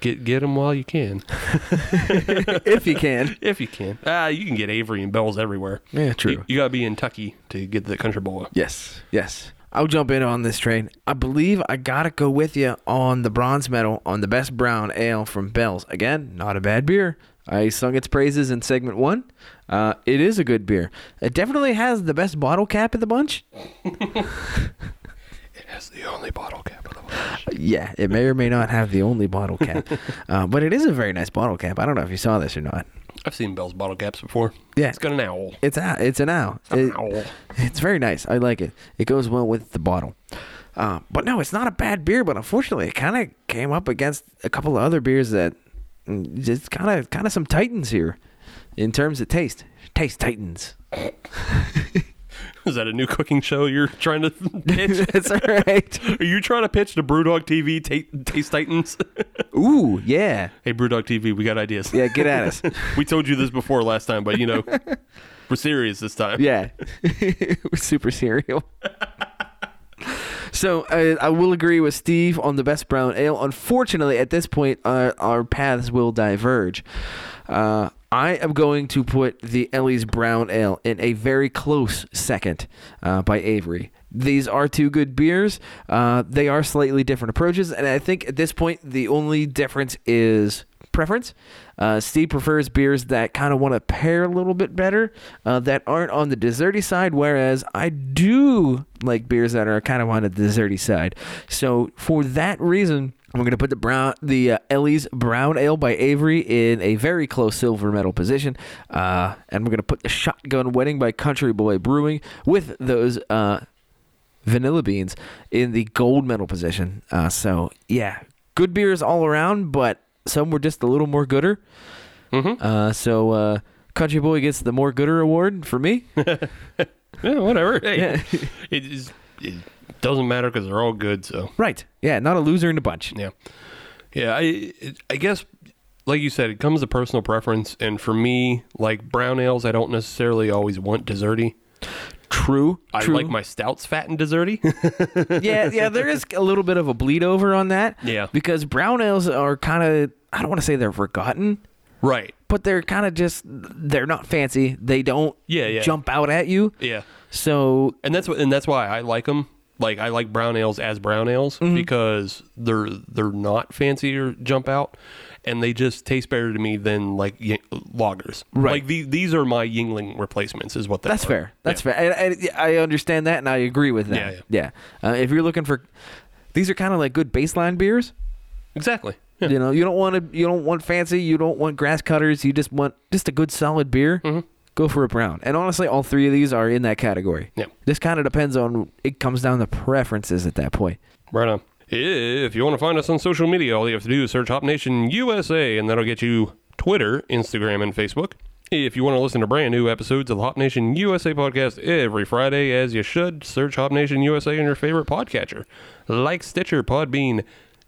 Speaker 5: get get them while you can,
Speaker 1: If you can.
Speaker 5: if you can. Ah, you can get Avery and Bells everywhere.
Speaker 1: Yeah,
Speaker 5: You, you gotta be in Tucky to get the Country Bowl.
Speaker 1: Yes, yes. I'll jump in on this train. I believe I gotta go with you on the bronze medal on the best brown ale from Bell's. Again, not a bad beer. I sung its praises in segment one. Uh, it is a good beer. It definitely has the best bottle cap of the bunch.
Speaker 5: It has the only bottle cap of the
Speaker 1: Yeah, it may or may not have the only bottle cap, uh, but it is a very nice bottle cap. I don't know if you saw this or not.
Speaker 5: I've seen Bell's bottle caps before.
Speaker 1: Yeah.
Speaker 5: it's got an owl.
Speaker 1: It's a, it's an owl. It-
Speaker 5: owl.
Speaker 1: It's very nice. I like it. It goes well with the bottle. Uh, but no, it's not a bad beer. But unfortunately, it kind of came up against a couple of other beers that mm, just kind of kind of some titans here in terms of taste. Taste titans.
Speaker 5: Is that a new cooking show you're trying to pitch?
Speaker 1: That's all right.
Speaker 5: Are you trying to pitch to Brewdog TV ta- Taste Titans?
Speaker 1: Ooh, yeah,
Speaker 5: hey, Brewdog TV, we got ideas.
Speaker 1: yeah. Get at us.
Speaker 5: we told you this before last time, but you know, we're serious this time.
Speaker 1: Yeah, With super cereal. So uh, I, I will agree with Steve on the best brown ale. Unfortunately, at this point, our, our paths will diverge. Uh, I am going to put the Ellie's Brown Ale in a very close second uh, by Avery. These are two good beers. Uh, they are slightly different approaches, and I think at this point the only difference is preference. Uh, Steve prefers beers that kind of want to pair a little bit better, uh, that aren't on the desserty side, whereas I do like beers that are kind of on the desserty side. So for that reason, I'm going to put the brown, the uh, Ellie's Brown Ale by Avery in a very close silver medal position, uh, and we're going to put the Shotgun Wedding by Country Boy Brewing with those. Uh, vanilla beans in the gold medal position. Uh, so yeah, good beers all around, but some were just a little more gooder.
Speaker 5: Mm-hmm.
Speaker 1: Uh, so uh, Country Boy gets the more gooder award for me.
Speaker 5: yeah whatever. Hey,
Speaker 1: Yeah.
Speaker 5: it, is, it doesn't matter because they're all good. So
Speaker 1: right? Yeah, not a loser in the bunch.
Speaker 5: Yeah, yeah. I I guess like you said, it comes to personal preference, and for me, like brown ales, I don't necessarily always want desserty.
Speaker 1: True.
Speaker 5: I
Speaker 1: true.
Speaker 5: like my stouts fat and desserty.
Speaker 1: yeah, yeah. There is a little bit of a bleed over on that.
Speaker 5: Yeah.
Speaker 1: because brown ales are kind of I don't want to say they're forgotten.
Speaker 5: right.
Speaker 1: But they're kind of just, they're not fancy. They don't
Speaker 5: Yeah, yeah.
Speaker 1: jump out at you.
Speaker 5: Yeah.
Speaker 1: So,
Speaker 5: and that's what and that's why I like them. Like I like brown ales as brown ales
Speaker 1: Mm-hmm.
Speaker 5: because they're they're not fancy or jump out, and they just taste better to me than like y- loggers.
Speaker 1: Right.
Speaker 5: Like the, these are my Yingling replacements. Is what they
Speaker 1: That's
Speaker 5: are.
Speaker 1: fair. That's
Speaker 5: Yeah.
Speaker 1: fair. And, and I understand that, and I agree with that.
Speaker 5: Yeah,
Speaker 1: Uh, if you're looking for These are kind of like good baseline beers.
Speaker 5: Exactly. Yeah.
Speaker 1: You know, you don't want to, you don't want fancy, you don't want grass cutters, you just want just a good solid beer.
Speaker 5: Mm-hmm.
Speaker 1: Go for a brown. And honestly, all three of these are in that category.
Speaker 5: Yeah.
Speaker 1: This kind of depends on it comes down to preferences at that point.
Speaker 5: Right on. If you want to find us on social media, all you have to do is search Hop Nation USA, and that'll get you Twitter, Instagram, and Facebook. If you want to listen to brand new episodes of the Hop Nation USA podcast every Friday, as you should, search Hop Nation USA in your favorite podcatcher, like Stitcher, Podbean,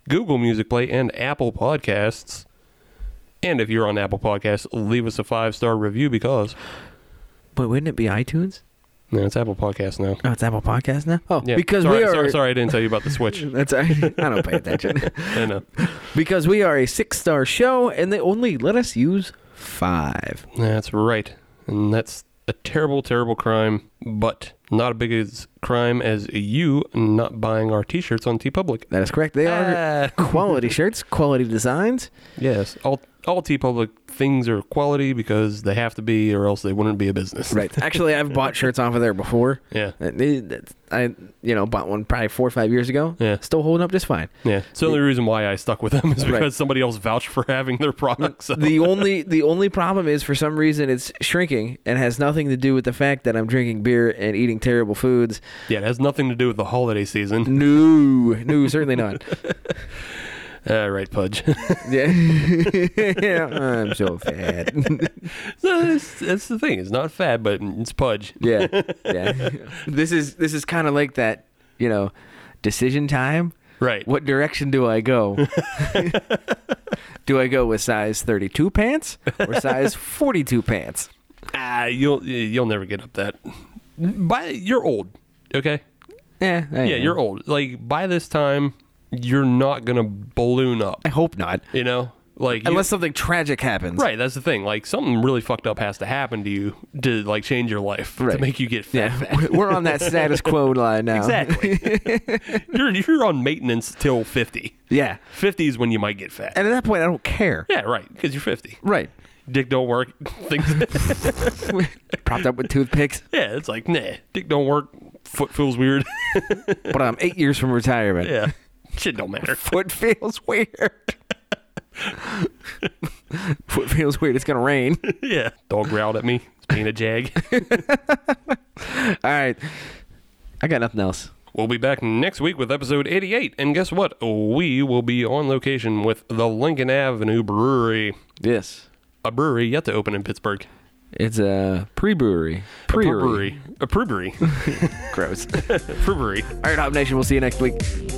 Speaker 5: Google Music Play, and Apple Podcasts. And if you're on Apple Podcasts, leave us a five star review because
Speaker 1: But wouldn't it be iTunes?
Speaker 5: no, it's Apple Podcasts now.
Speaker 1: Oh, it's Apple Podcast now. Oh,
Speaker 5: Yeah,
Speaker 1: because
Speaker 5: sorry,
Speaker 1: we are.
Speaker 5: sorry, sorry, I didn't tell you about the switch.
Speaker 1: That's all right. I don't pay attention.
Speaker 5: I know.
Speaker 1: because we are a six-star show, and they only let us use five.
Speaker 5: That's right. And that's a terrible, terrible crime, but not a big as crime as you not buying our t shirts on T Public.
Speaker 1: That is correct. They are quality shirts, quality designs.
Speaker 5: Yes. All all T Public things are quality because they have to be or else they wouldn't be a business.
Speaker 1: Right. Actually, I've bought shirts off of there before.
Speaker 5: Yeah.
Speaker 1: Uh, they- that's- I, you know, bought one probably four or five years ago.
Speaker 5: Yeah.
Speaker 1: Still holding up just fine.
Speaker 5: Yeah. It's the only reason why I stuck with them is because
Speaker 1: Right.
Speaker 5: somebody else vouched for having their products. So.
Speaker 1: The only the only problem is for some reason it's shrinking and has nothing to do with the fact that I'm drinking beer and eating terrible foods.
Speaker 5: yeah, it has nothing to do with the holiday season.
Speaker 1: No, no, certainly not.
Speaker 5: Uh, right, Pudge.
Speaker 1: Yeah, Yeah, I'm so fat.
Speaker 5: that's, that's the thing. It's not fad, but it's Pudge.
Speaker 1: yeah, yeah. This is this is kind of like that, you know, decision time.
Speaker 5: Right.
Speaker 1: What direction do I go? do I go with size 32 pants or size 42 pants?
Speaker 5: Ah, you'll you'll never get up that. By you're old, okay?
Speaker 1: Yeah, Eh, I
Speaker 5: Yeah,
Speaker 1: am.
Speaker 5: you're old. Like by this time, you're not gonna balloon up.
Speaker 1: I hope not.
Speaker 5: You know, like you-
Speaker 1: Unless something tragic happens.
Speaker 5: right. That's the thing. Like something really fucked up has to happen to you to like change your life to
Speaker 1: Right.
Speaker 5: make you get fat.
Speaker 1: Yeah, we- we're on that status quo line now.
Speaker 5: Exactly. you're you're on maintenance till fifty.
Speaker 1: Yeah.
Speaker 5: Fifty is when you might get fat.
Speaker 1: And at that point, I don't care.
Speaker 5: yeah, right. Because you're fifty.
Speaker 1: Right.
Speaker 5: Dick don't work. Things.
Speaker 1: Propped up with toothpicks,
Speaker 5: yeah, it's like nah. Dick don't work. Foot feels weird.
Speaker 1: but I'm eight years from retirement.
Speaker 5: yeah. Shit don't matter.
Speaker 1: Foot feels weird. Foot feels weird. It's going to rain.
Speaker 5: Yeah. Dog growled at me. It's being a jag.
Speaker 1: All right. I got nothing else.
Speaker 5: we'll be back next week with episode 88. And guess what? We will be on location with the Lincoln Avenue Brewery.
Speaker 1: Yes.
Speaker 5: A brewery yet to open in Pittsburgh.
Speaker 1: It's a pre-brewery.
Speaker 5: A brewery. A brewery.
Speaker 1: Gross.
Speaker 5: brewery.
Speaker 1: All right, Hop Nation, we'll see you next week.